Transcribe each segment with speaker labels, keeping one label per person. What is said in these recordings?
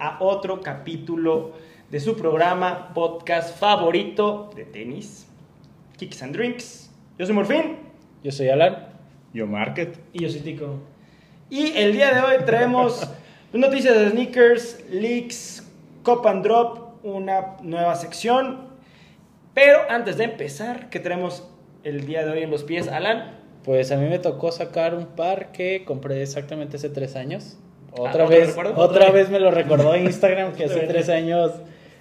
Speaker 1: a otro capítulo de su programa, podcast favorito de tenis, Kicks and Drinks. Yo soy Morfín.
Speaker 2: Yo soy Alan.
Speaker 3: Yo Market.
Speaker 4: Y yo soy Tico.
Speaker 1: Y el día de hoy traemos noticias de sneakers, leaks, cop and drop, una nueva sección. Pero antes de empezar, ¿qué tenemos el día de hoy en los pies, Alan?
Speaker 2: Pues a mí me tocó sacar un par que compré exactamente hace tres años. Otra
Speaker 1: ¿otro
Speaker 2: vez,
Speaker 1: recuerdo?
Speaker 2: otra vez me lo recordó Instagram que hace tres años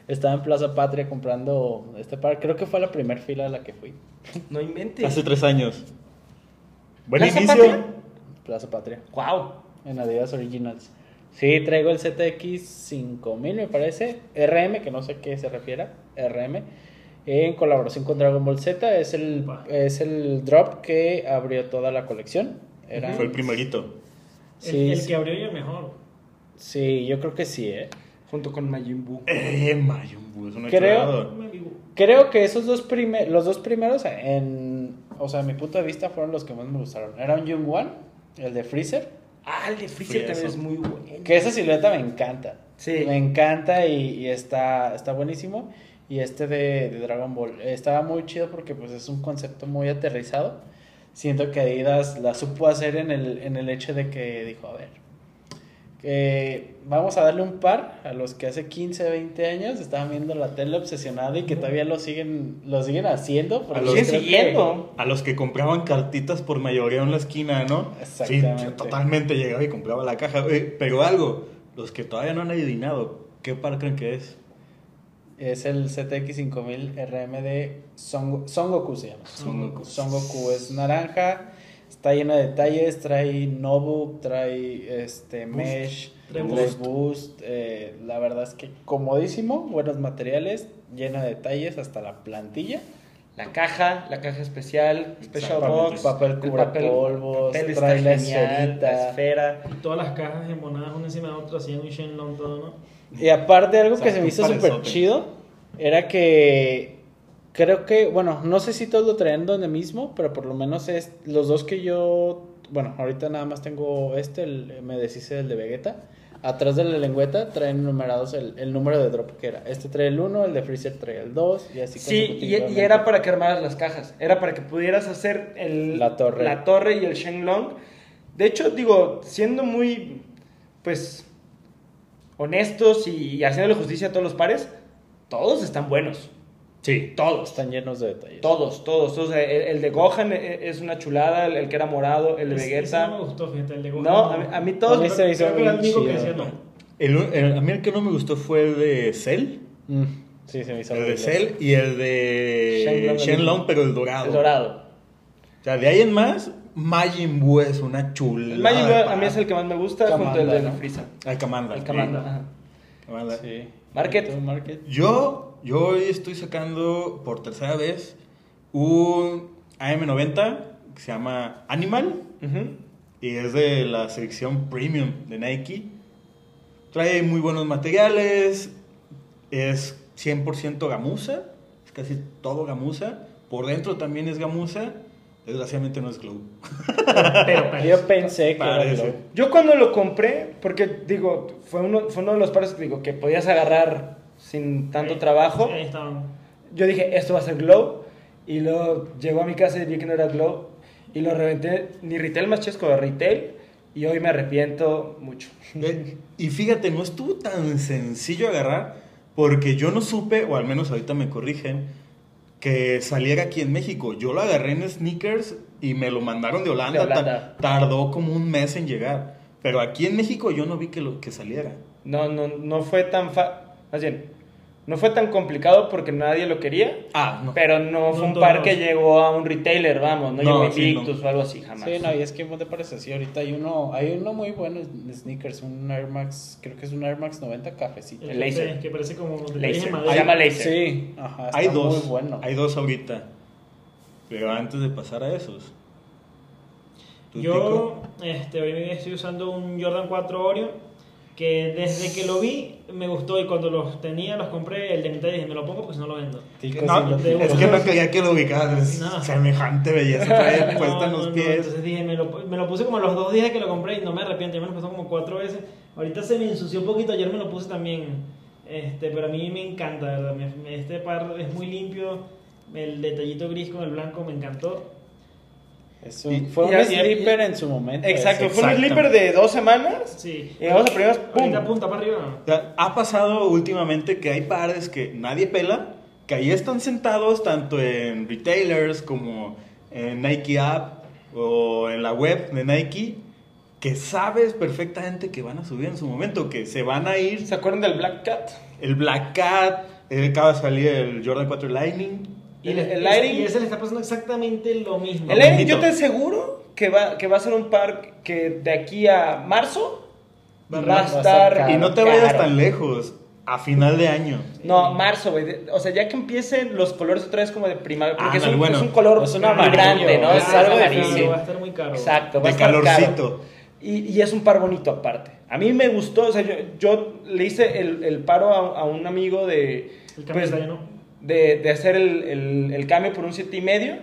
Speaker 2: estaba en Plaza Patria comprando este par. Creo que fue la primera fila a la que fui.
Speaker 1: No inventes.
Speaker 3: Hace tres años. Buen
Speaker 1: ¿Plaza
Speaker 3: inicio.
Speaker 1: Patria?
Speaker 2: Plaza Patria,
Speaker 1: Wow.
Speaker 2: en Adidas Originals. Sí, traigo el ZX 5000 me parece, RM, que no sé a qué se refiera, RM, en colaboración con Dragon Ball Z. Es el,
Speaker 4: Upa.
Speaker 2: es el drop que abrió toda la colección. Era-
Speaker 3: Fue el primerito.
Speaker 4: El,
Speaker 2: Sí,
Speaker 4: el
Speaker 2: sí.
Speaker 4: que abrió y el mejor.
Speaker 2: Sí, yo creo que sí, ¿eh?
Speaker 1: Junto con Majin Buu.
Speaker 3: Eh, Mayumbu, es una
Speaker 2: Creo-
Speaker 3: chulada.
Speaker 2: Creo que esos dos primeros, los dos primeros, en, o sea, a mi punto de vista, fueron los que más me gustaron. Era un Jung Wan, el de Freezer,
Speaker 1: Ah, el de Freezer
Speaker 3: Frieso.
Speaker 1: también es muy bueno.
Speaker 2: que esa silueta me encanta.
Speaker 1: Sí.
Speaker 2: Me encanta y, y está, está buenísimo. Y este de, de Dragon Ball estaba muy chido porque pues es un concepto muy aterrizado. Siento que Adidas la supo hacer en el, en el hecho de que dijo, a ver, que vamos a darle un par a los que hace 15, 20 años estaban viendo la tele obsesionada y que todavía lo siguen, lo siguen haciendo. porque
Speaker 3: los-
Speaker 2: creo
Speaker 1: Sigue
Speaker 2: que-
Speaker 1: siguiendo.
Speaker 3: A los que compraban cartitas por mayoría en la esquina, ¿no?
Speaker 2: Exactamente.
Speaker 3: Sí, totalmente llegaba y compraba la caja. Eh, pero algo, los que todavía no han adivinado, ¿qué par creen que es?
Speaker 2: Es el ZX5000 RM de Son, Son Goku se llama.
Speaker 3: Son Goku.
Speaker 2: Son Goku es naranja, está llena de detalles, trae Nobu, trae este Mesh, trae
Speaker 4: Trae
Speaker 2: Boost.
Speaker 4: Boost.
Speaker 2: eh, la verdad es que comodísimo, buenos materiales, llena de detalles, hasta la plantilla.
Speaker 1: La caja, la caja especial, Special
Speaker 3: Exactamente.
Speaker 1: Box,
Speaker 2: Papel
Speaker 1: el
Speaker 2: cubre polvos,
Speaker 1: papel está
Speaker 2: trae la
Speaker 1: genial,
Speaker 2: esferita.
Speaker 1: la esfera.
Speaker 4: Todas las cajas embonadas una encima de otra, haciendo un Shenlong todo, ¿no?
Speaker 2: Y aparte, algo que
Speaker 3: Exacto,
Speaker 2: se me hizo
Speaker 3: un
Speaker 2: súper
Speaker 3: parezote.
Speaker 2: chido era que creo que, bueno, no sé si todos lo traían donde mismo, pero por lo menos es los dos que yo, bueno, ahorita nada más tengo este, el- me deshice del de Vegeta. Atrás de la lengüeta traen numerados el, el número de drop que era. Este trae el 1, el de Freezer trae el 2 y así
Speaker 1: Sí, y, y
Speaker 2: consecutivamente.
Speaker 1: era para que armaras las cajas. Era para que pudieras hacer el,
Speaker 2: La torre.
Speaker 1: la torre y el Shenlong. De hecho, digo, siendo muy, pues, honestos y, y haciéndole justicia a todos los pares, todos están buenos.
Speaker 3: Sí.
Speaker 1: Todos.
Speaker 2: Están llenos de detalles.
Speaker 1: Todos, todos. todos. El, el de Gohan e- es una chulada, el, el que era morado, el de
Speaker 4: Ese-
Speaker 1: Vegeta.
Speaker 4: ese no me gustó, fíjate, el de Gohan.
Speaker 1: No, a mí, a mí todos...
Speaker 2: A mí se-
Speaker 4: Creo que era el único que
Speaker 2: Chido.
Speaker 4: decía no.
Speaker 3: El, el- a mí el que no me gustó fue el de Cell.
Speaker 2: Mm, sí, se me hizo
Speaker 3: El de
Speaker 2: horrible.
Speaker 3: Cell y el de
Speaker 1: Shenlong.
Speaker 3: Shenlong, pero el dorado.
Speaker 1: El dorado.
Speaker 3: O sea, de ahí en más, Majin Buu es una chulada.
Speaker 1: El Majin Buu
Speaker 3: de
Speaker 1: a mí
Speaker 3: par.
Speaker 1: es el que más me gusta
Speaker 2: Kamanda,
Speaker 1: junto al de
Speaker 2: ¿no?
Speaker 1: Freeza.
Speaker 3: Ay, Kamanda.
Speaker 1: El
Speaker 3: sí.
Speaker 1: Kamanda.
Speaker 3: Kamanda.
Speaker 2: Sí.
Speaker 1: Market.
Speaker 2: ¿Y tú, Market.
Speaker 3: Yo, yo hoy estoy sacando por tercera vez un AM90 que se llama Animal
Speaker 1: Ujú.
Speaker 3: y es de la selección premium de Nike. Trae muy buenos materiales, es 100% gamuza, es casi todo gamuza. Por dentro también es gamuza, desgraciadamente no es glow.
Speaker 4: Pero
Speaker 2: Yo pensé que era
Speaker 3: Parece.
Speaker 2: Globo.
Speaker 1: Yo cuando lo compré, porque digo, fue uno, fue uno de los pares que digo que podías agarrar sin tanto trabajo.
Speaker 4: Eh, Ahí estaban.
Speaker 1: Yo dije, esto va a ser glow. Y luego llegó a mi casa y vi que no era glow. Y lo reventé, ni retail más chesco de retail. Y hoy me arrepiento mucho.
Speaker 3: Eh, Y fíjate, no estuvo tan sencillo agarrar porque yo no supe, o al menos ahorita me corrigen, que saliera aquí en México. Yo lo agarré en sneakers y me lo mandaron de Holanda.
Speaker 1: De Holanda.
Speaker 3: Ta- Tardó como un mes en llegar. Pero aquí en México yo no vi que, lo, que saliera.
Speaker 1: No, no, no fue tan fa... Más bien, no fue tan complicado porque nadie lo quería.
Speaker 3: Ah, no.
Speaker 1: Pero no fue
Speaker 4: No,
Speaker 1: un
Speaker 4: no,
Speaker 1: par
Speaker 4: no.
Speaker 1: que llegó a un retailer, vamos. No,
Speaker 3: No,
Speaker 1: llegó
Speaker 3: sí,
Speaker 1: Invictus
Speaker 3: no.
Speaker 1: o algo así, jamás.
Speaker 2: Sí, no, y es que ¿cómo te parece? Sí, ahorita hay uno, hay uno muy bueno en sneakers, un Air Max, creo que es un Air Max 90 cafecito.
Speaker 1: El laser.
Speaker 4: Que parece como... de
Speaker 1: Laser.
Speaker 4: madera.
Speaker 1: Se llama laser.
Speaker 2: Sí, ajá, está
Speaker 3: hay dos.
Speaker 2: muy bueno.
Speaker 3: Hay dos ahorita. Pero antes de pasar a esos. ¿tú,
Speaker 4: Yo
Speaker 3: Tico?
Speaker 4: este, hoy en día estoy usando un Jordan 4 Oreo que desde que lo vi me gustó y cuando los tenía, los compré, el de Nintendo dije, me lo pongo porque si no lo vendo.
Speaker 2: Ticos y
Speaker 3: No,
Speaker 2: los-
Speaker 4: de-
Speaker 3: es que no quería que lo ubicaras. Es
Speaker 4: No.
Speaker 3: semejante belleza. Trae
Speaker 4: No,
Speaker 3: puesta en
Speaker 4: no,
Speaker 3: los
Speaker 4: no,
Speaker 3: pies.
Speaker 4: entonces dije, me lo, me lo puse como a los dos días que lo compré y no me arrepiento, ya me lo pasó como cuatro veces. Ahorita se me ensució un poquito, ayer me lo puse también. Este, pero a mí me encanta, de ¿verdad? me- me- este par es muy limpio, el detallito gris con el blanco me encantó.
Speaker 2: es un-
Speaker 1: Y-
Speaker 2: fue
Speaker 1: y
Speaker 2: un
Speaker 1: así-
Speaker 2: sleeper en su momento.
Speaker 1: Exacto,
Speaker 2: ese.
Speaker 1: fue un
Speaker 3: exactamente.
Speaker 1: slipper de dos semanas.
Speaker 4: Sí.
Speaker 1: Y vamos a primeras, pum.
Speaker 4: Ahorita punta para arriba.
Speaker 3: O sea, ha pasado últimamente que hay pares que nadie pela, que ahí están sentados tanto en retailers como en Nike App o en la web de Nike, que sabes perfectamente que van a subir en su momento, que se van a ir
Speaker 1: ¿Se acuerdan del Black Cat?
Speaker 3: el Black Cat, eh, acaba de salir el Jordan 4 Lightning.
Speaker 4: Y
Speaker 1: El-
Speaker 4: le-
Speaker 1: el
Speaker 4: y ese-
Speaker 1: Lightning-
Speaker 4: y ese le está pasando exactamente lo mismo.
Speaker 1: El Air,
Speaker 3: Maldito.
Speaker 1: yo te aseguro que va, que va a ser un par que de aquí a marzo va,
Speaker 2: Va
Speaker 1: a
Speaker 2: a estar
Speaker 1: estar.
Speaker 2: caro.
Speaker 3: Y no te vayas
Speaker 1: caro.
Speaker 3: tan lejos, a final de año.
Speaker 1: No, marzo, güey. De- O sea, ya que empiecen los colores otra vez como de primavera. Porque es,
Speaker 3: Ándale,
Speaker 1: un,
Speaker 3: bueno.
Speaker 1: es un color
Speaker 2: Es un
Speaker 1: vibrante,
Speaker 2: amarillo,
Speaker 1: ¿no?
Speaker 2: ah,
Speaker 1: Es algo
Speaker 2: de
Speaker 1: amarillo.
Speaker 4: Va a estar muy caro.
Speaker 1: Exacto, va a
Speaker 3: De
Speaker 1: estar caro.
Speaker 3: calorcito.
Speaker 1: Y, y es un par bonito aparte. A mí me gustó, o sea, yo, yo le hice el, el paro a, a un amigo de.
Speaker 4: El cambio
Speaker 1: pues,
Speaker 4: de talla, ¿no?
Speaker 1: de, de hacer el, el- el cambio por un 7 y medio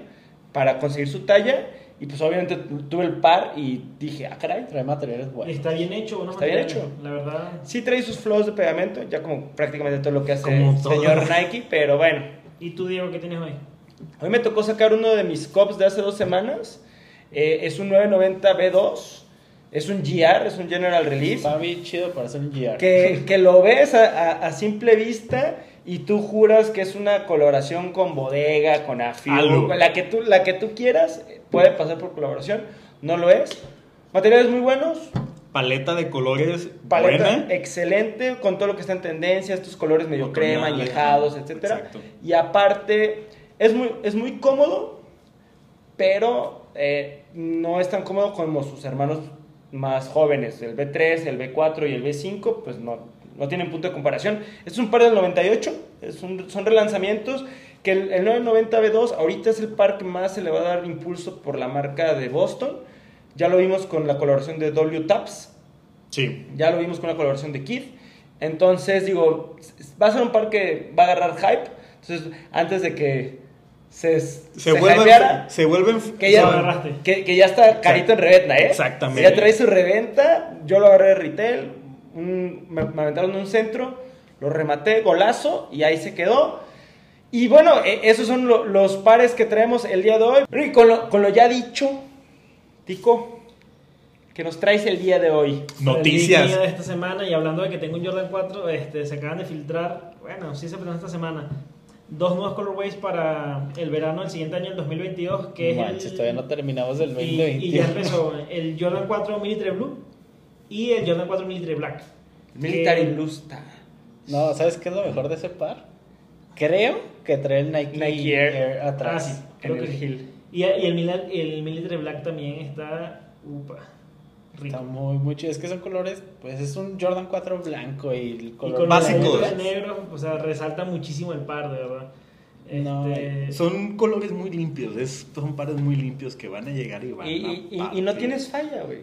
Speaker 1: para conseguir su talla. Y pues obviamente tu- tuve el par y dije, ah, caray.
Speaker 2: Trae materiales
Speaker 4: Y
Speaker 2: buenos.
Speaker 4: está bien hecho, ¿no?
Speaker 1: Está bien
Speaker 4: Material,
Speaker 1: hecho.
Speaker 4: La verdad.
Speaker 1: Sí trae sus flows de pegamento, ya como prácticamente todo lo que hace
Speaker 3: Como
Speaker 1: el
Speaker 3: todo.
Speaker 1: señor Nike, pero bueno.
Speaker 4: ¿Y tú, Diego, qué tienes hoy?
Speaker 1: A mí me tocó sacar uno de mis cops de hace dos semanas. Eh, es un 990 B2. Es un GR, es un General Release.
Speaker 2: Está bien chido para hacer un GR.
Speaker 1: que, que lo ves a, a- a simple vista y tú juras que es una coloración con bodega, con
Speaker 3: Algo.
Speaker 1: afio, con la que tú la que tú quieras eh, puede pasar por colaboración, no lo es. Materiales muy buenos,
Speaker 3: Paleta de colores
Speaker 1: paleta
Speaker 3: buena.
Speaker 1: excelente con todo lo que está en tendencia, estos colores medio
Speaker 3: Otoñales,
Speaker 1: crema, añejados, etcétera.
Speaker 3: exacto.
Speaker 1: Y aparte es muy es muy cómodo, pero eh, no es tan cómodo como sus hermanos más jóvenes, el B3, el B4 y el B5, pues no, no tienen punto de comparación. Este es un par del 98, es un- son relanzamientos que el, el 990 B2 ahorita es el par que más se le va a dar impulso por la marca de Boston. Ya lo vimos con la colaboración de W Taps,
Speaker 3: Sí.
Speaker 1: ya lo vimos con la colaboración de Kid. Entonces, digo, s- s- va a ser un par que va a agarrar hype. Entonces, antes de que se, se,
Speaker 3: Se, vuelven,
Speaker 1: hypeara,
Speaker 3: se vuelven.
Speaker 1: que ya,
Speaker 4: Lo agarraste.
Speaker 1: que, que ya está carito en reventa, ¿eh?
Speaker 3: Exactamente.
Speaker 1: Ya trae su reventa. Yo lo agarré de retail. un- me, me aventaron en un centro. Lo rematé, golazo. Y ahí se quedó. Y bueno, e- esos son lo- los pares que traemos el día de hoy. Pero y con lo, con lo ya dicho, Tico, que nos traes el día de hoy.
Speaker 4: El día
Speaker 3: Noticias.
Speaker 4: de esta semana y hablando de que tengo un Jordan 4, este, se acaban de filtrar, bueno, sí se presentó esta semana, dos nuevos colorways para el verano del siguiente año, el 2022, que es
Speaker 2: Manches,
Speaker 4: el-
Speaker 2: todavía no terminamos el
Speaker 4: y, y ya
Speaker 2: 2021.
Speaker 4: empezó el Jordan 4 Military Blue y el Jordan 4 Military Black.
Speaker 1: Military
Speaker 4: Que-
Speaker 1: Blue Star.
Speaker 2: No, ¿sabes qué es lo mejor de ese par? Creo que trae el Nike,
Speaker 1: Nike Air.
Speaker 4: Ah,
Speaker 2: atrás.
Speaker 4: sí,
Speaker 1: En
Speaker 4: creo
Speaker 1: el
Speaker 4: que sí.
Speaker 1: Hill.
Speaker 4: Y, y el, Mila- el Military Black también está, upa, rico.
Speaker 2: Está muy, muy chido. Es que son colores, pues es un Jordan 4 blanco y el
Speaker 4: Y
Speaker 2: color
Speaker 4: con
Speaker 3: Básicos.
Speaker 4: los negros, o sea, resalta muchísimo el par, de verdad.
Speaker 2: No, eh,
Speaker 4: Este,
Speaker 3: Son colores muy limpios. es- son pares muy limpios que van a llegar y van
Speaker 1: Y,
Speaker 3: a.
Speaker 1: y- y- y
Speaker 3: partir.
Speaker 1: no tienes Eh, falla, güey.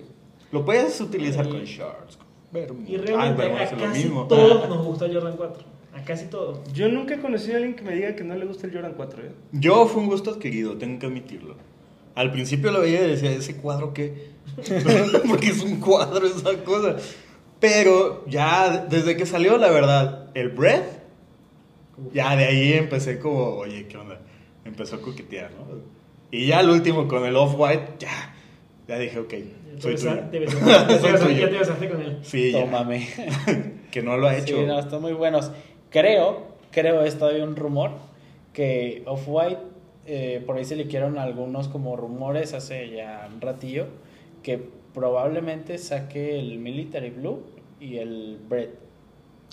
Speaker 3: Lo puedes utilizar
Speaker 4: Y-
Speaker 3: con shorts. con bermuda.
Speaker 4: Y
Speaker 3: Ay,
Speaker 4: realmente
Speaker 3: bermuda
Speaker 4: a
Speaker 3: Ah, es lo
Speaker 4: casi
Speaker 3: mismo.
Speaker 4: todos nos gusta Jordan 4. A casi todos.
Speaker 1: Yo nunca he conocido a alguien que me diga que no le gusta el Jordan 4, ¿eh?
Speaker 3: Yo fue un gusto adquirido, tengo que admitirlo. Al principio lo veía y decía, ¿ese cuadro qué? Porque es un cuadro esa cosa. Pero ya desde que salió, la verdad, el Breath, ya de ahí empecé como, oye, ¿qué onda? Empezó a coquetear, ¿no? Y ya el último con el Off-White, ya. Ya dije, ok, soy
Speaker 4: Te besa-
Speaker 3: tuyo.
Speaker 4: te besaste- te
Speaker 3: Soy
Speaker 4: besaste-
Speaker 3: tuyo.
Speaker 4: Ya te besaste con él.
Speaker 3: Sí, ya.
Speaker 2: Tómame.
Speaker 3: Que no lo ha hecho.
Speaker 2: Sí, no, están muy buenos. Creo, creo, es todavía un rumor que Off-White, eh, por ahí se le quedaron algunos como rumores hace ya un ratillo, que probablemente saque el Military Blue y el Bread.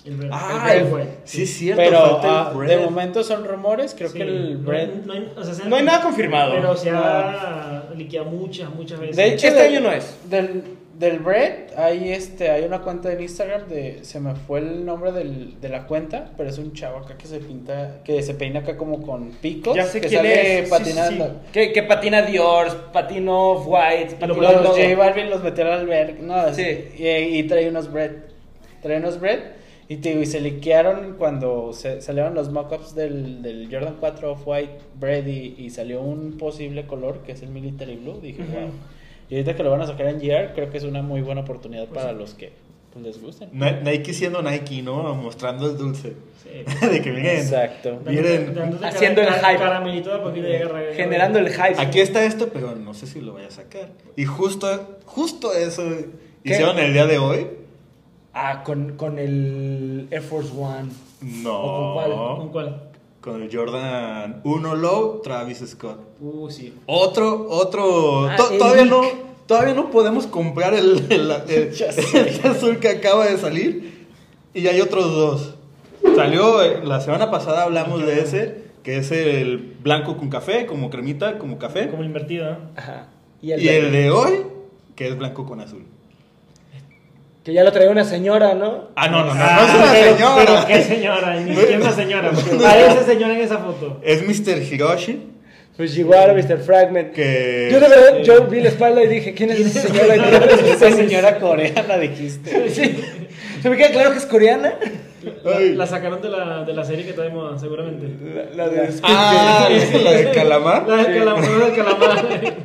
Speaker 4: El Brent.
Speaker 3: Ah,
Speaker 4: El Brent fue.
Speaker 3: sí, es cierto.
Speaker 2: Pero
Speaker 3: falta el
Speaker 2: ah, de
Speaker 3: Breath.
Speaker 2: momento son rumores, creo
Speaker 4: Sí,
Speaker 2: que el
Speaker 4: no
Speaker 2: Bread...
Speaker 4: hay- No hay, o sea, se han-
Speaker 1: No hay nada confirmado.
Speaker 4: Pero se ha liquidado muchas, muchas veces.
Speaker 2: De hecho,
Speaker 1: Este
Speaker 2: del-
Speaker 1: año no es.
Speaker 2: Del, del Bread, hay, este, hay una cuenta en Instagram de. Se me fue el nombre del- de la cuenta, pero es un chavo acá que se pinta. Que se peina acá como con picos.
Speaker 1: Ya sé
Speaker 2: que
Speaker 1: quién
Speaker 2: sale
Speaker 1: es.
Speaker 2: patinando.
Speaker 1: Sí, sí, sí. Que, que patina Dior, patinó White,
Speaker 2: Los
Speaker 1: patinó todo.
Speaker 2: J Balvin los metió al albergue. No,
Speaker 1: Sí.
Speaker 2: sí. Y, y trae unos Bread. Trae unos Bread. Y te digo, y se liquearon cuando se, salieron los mockups del, del Jordan 4 Off-White Brady y salió un posible color que es el Military Blue. Dije,
Speaker 1: Ujú.
Speaker 2: wow. Y ahorita que lo van a sacar en GR, creo que es una muy buena oportunidad
Speaker 4: Pues
Speaker 2: para
Speaker 4: sí.
Speaker 2: los que pues, les gusten.
Speaker 3: Ni- Nike siendo Nike, ¿no? Mostrando el dulce.
Speaker 4: Sí.
Speaker 3: de que miren.
Speaker 2: Exacto.
Speaker 3: Miren,
Speaker 4: Dándote cara-
Speaker 1: haciendo el
Speaker 4: cara-
Speaker 1: hype.
Speaker 4: Caramelito de poquito de guerra.
Speaker 1: Generando el hype.
Speaker 3: Aquí está esto, pero no sé si lo vaya a sacar. Y justo, justo eso
Speaker 1: ¿Qué?
Speaker 3: hicieron el día de hoy.
Speaker 1: Ah, con, con el Air Force One. ¿O con
Speaker 3: No.
Speaker 1: cuál?
Speaker 4: ¿Con cuál?
Speaker 3: Con el Jordan 1 Low, Travis Scott.
Speaker 4: Uh, sí.
Speaker 3: Otro, otro.
Speaker 1: Ah,
Speaker 3: to-
Speaker 1: el
Speaker 3: todavía
Speaker 1: leak.
Speaker 3: no, todavía no podemos comprar el, el, el-
Speaker 2: Ya
Speaker 3: el azul que acaba de salir. Y hay otros dos. Salió eh, la semana pasada hablamos de ese, que es el blanco con café, como cremita, como café.
Speaker 4: Como invertido, ¿no?
Speaker 1: Ajá.
Speaker 3: Y el, de hoy, que es blanco con azul.
Speaker 1: Que ya lo traía una señora, ¿no?
Speaker 3: Ah, no, no, no,
Speaker 4: Ah,
Speaker 3: no es una
Speaker 4: pero-
Speaker 3: señora.
Speaker 4: Pero qué señora, ni siquiera una señora. porque Parece señora en esa foto.
Speaker 3: Es Mr. Hiroshi,
Speaker 1: Fujiwara, Mr. Pues Fragment.
Speaker 3: que...
Speaker 1: Yo de verdad, yo vi la espalda y dije, ¿quién es esa señora?
Speaker 2: Esa señora coreana dijiste.
Speaker 1: Sí. Se me queda claro que es coreana.
Speaker 4: La,
Speaker 3: Ay.
Speaker 4: la sacaron de la, de la serie que está de moda, seguramente.
Speaker 1: La, la de
Speaker 3: Ah, la de calamar.
Speaker 4: La del calamar, del calamar.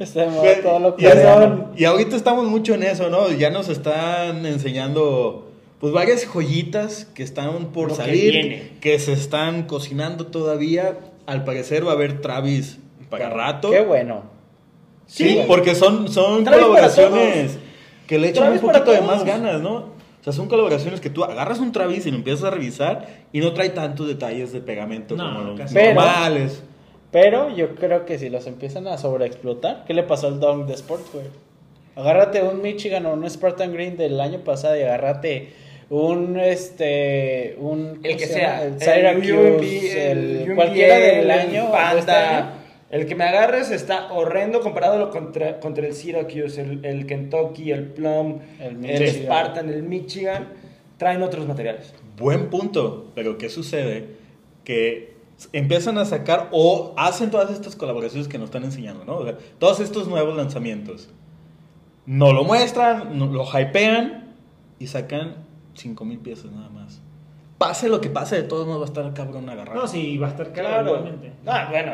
Speaker 2: Está de moda todo lo
Speaker 3: Y, ahorita-
Speaker 2: coreano.
Speaker 3: y ahorita estamos mucho en eso, ¿no? Ya nos están enseñando pues varias joyitas que están por
Speaker 1: Lo que
Speaker 3: salir,
Speaker 1: viene.
Speaker 3: que, se están cocinando todavía. Al parecer va a haber Travis para rato.
Speaker 2: Qué bueno.
Speaker 3: Sí,
Speaker 1: Sí.
Speaker 3: porque son, son
Speaker 1: Travis para
Speaker 3: colaboraciones que le echan
Speaker 1: Travis
Speaker 3: un poquito
Speaker 1: para
Speaker 3: de más
Speaker 1: todos.
Speaker 3: ganas, ¿no? O sea, son colaboraciones que tú agarras un Travis y lo empiezas a revisar y no trae tantos detalles de pegamento
Speaker 4: No,
Speaker 3: como los
Speaker 4: casi.
Speaker 2: Pero-
Speaker 3: normales.
Speaker 2: Pero yo creo que si los empiezan a sobreexplotar, ¿qué le pasó al Dong de Sportswear? Agárrate un Michigan o un Spartan Green del año pasado y agárrate un este un
Speaker 1: El
Speaker 2: ¿cómo
Speaker 1: que
Speaker 2: se
Speaker 1: sea,
Speaker 2: llama?
Speaker 1: el
Speaker 2: Syracuse,
Speaker 1: UMB,
Speaker 2: el-
Speaker 1: el UMBA,
Speaker 2: cualquiera del
Speaker 1: el
Speaker 2: año o de este año.
Speaker 1: Panda. El que me agarres está horrendo comparándolo contra, contra el Syracuse, el, el Kentucky, el Plum,
Speaker 2: El
Speaker 1: el,
Speaker 2: Michigan.
Speaker 1: Spartan, el Michigan. Traen otros materiales.
Speaker 3: Buen punto, pero ¿qué sucede? Que empiezan a sacar o hacen todas estas colaboraciones que nos están enseñando, ¿no? O sea, todos estos nuevos lanzamientos. No lo muestran, no- lo hypean y sacan 5 mil piezas nada más. Pase lo que pase, de todos modos va a estar cabrón agarrado.
Speaker 4: No, sí, va a estar caro igualmente.
Speaker 1: Ah, bueno.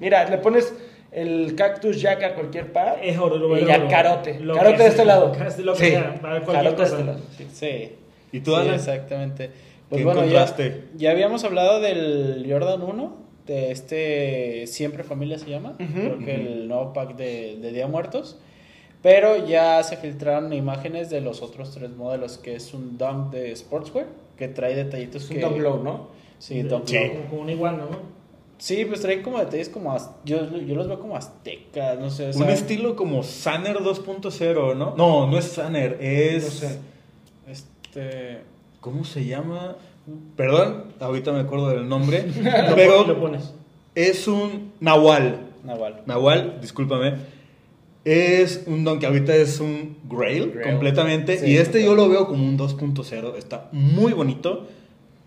Speaker 1: Mira, le pones el Cactus Jack a cualquier par.
Speaker 4: Es oro, lo
Speaker 1: Y
Speaker 4: vale
Speaker 1: ya
Speaker 4: oro.
Speaker 1: carote.
Speaker 4: Lo
Speaker 1: Carote
Speaker 4: que
Speaker 1: de este
Speaker 4: sea,
Speaker 1: lado.
Speaker 4: casi Lo que
Speaker 3: Sí.
Speaker 4: sea, para cualquier
Speaker 1: Carote de
Speaker 4: cosa.
Speaker 1: este lado. sí.
Speaker 2: Sí.
Speaker 3: ¿Y tú,
Speaker 2: Sí,
Speaker 3: Alan?
Speaker 2: exactamente. Pues
Speaker 3: ¿Qué
Speaker 2: bueno, ya,
Speaker 3: encontraste?
Speaker 2: ya habíamos hablado del Jordan 1, de este Siempre Familia se llama,
Speaker 1: Ujú.
Speaker 2: creo que
Speaker 3: Ujú.
Speaker 2: el nuevo pack de, de Día de Muertos. Pero ya se filtraron imágenes de los otros tres modelos, que es un Dunk de Sportswear, que trae detallitos
Speaker 1: Es
Speaker 2: que...
Speaker 1: un Dunk Low, ¿no?
Speaker 2: Sí, Dunk
Speaker 3: Sí.
Speaker 2: Low.
Speaker 4: Como, como una iguana, ¿no?
Speaker 2: Sí, pues trae como detalles como... az- Yo, yo los veo como aztecas, no sé. o
Speaker 3: Un
Speaker 2: sea,
Speaker 3: estilo como Sanner 2.0, ¿no? No, no es Sanner, es...
Speaker 1: No sé.
Speaker 2: Este...
Speaker 3: ¿Cómo se llama? Perdón, ahorita me acuerdo del nombre.
Speaker 4: Lo pon- lo
Speaker 3: pero
Speaker 4: pones.
Speaker 3: es un Nahual.
Speaker 2: Naval.
Speaker 3: Nahual, discúlpame. Es un don que ahorita es un grail,
Speaker 1: Grail.
Speaker 3: completamente.
Speaker 2: Sí,
Speaker 3: y este
Speaker 2: total.
Speaker 3: yo lo veo como un 2.0. Está muy bonito.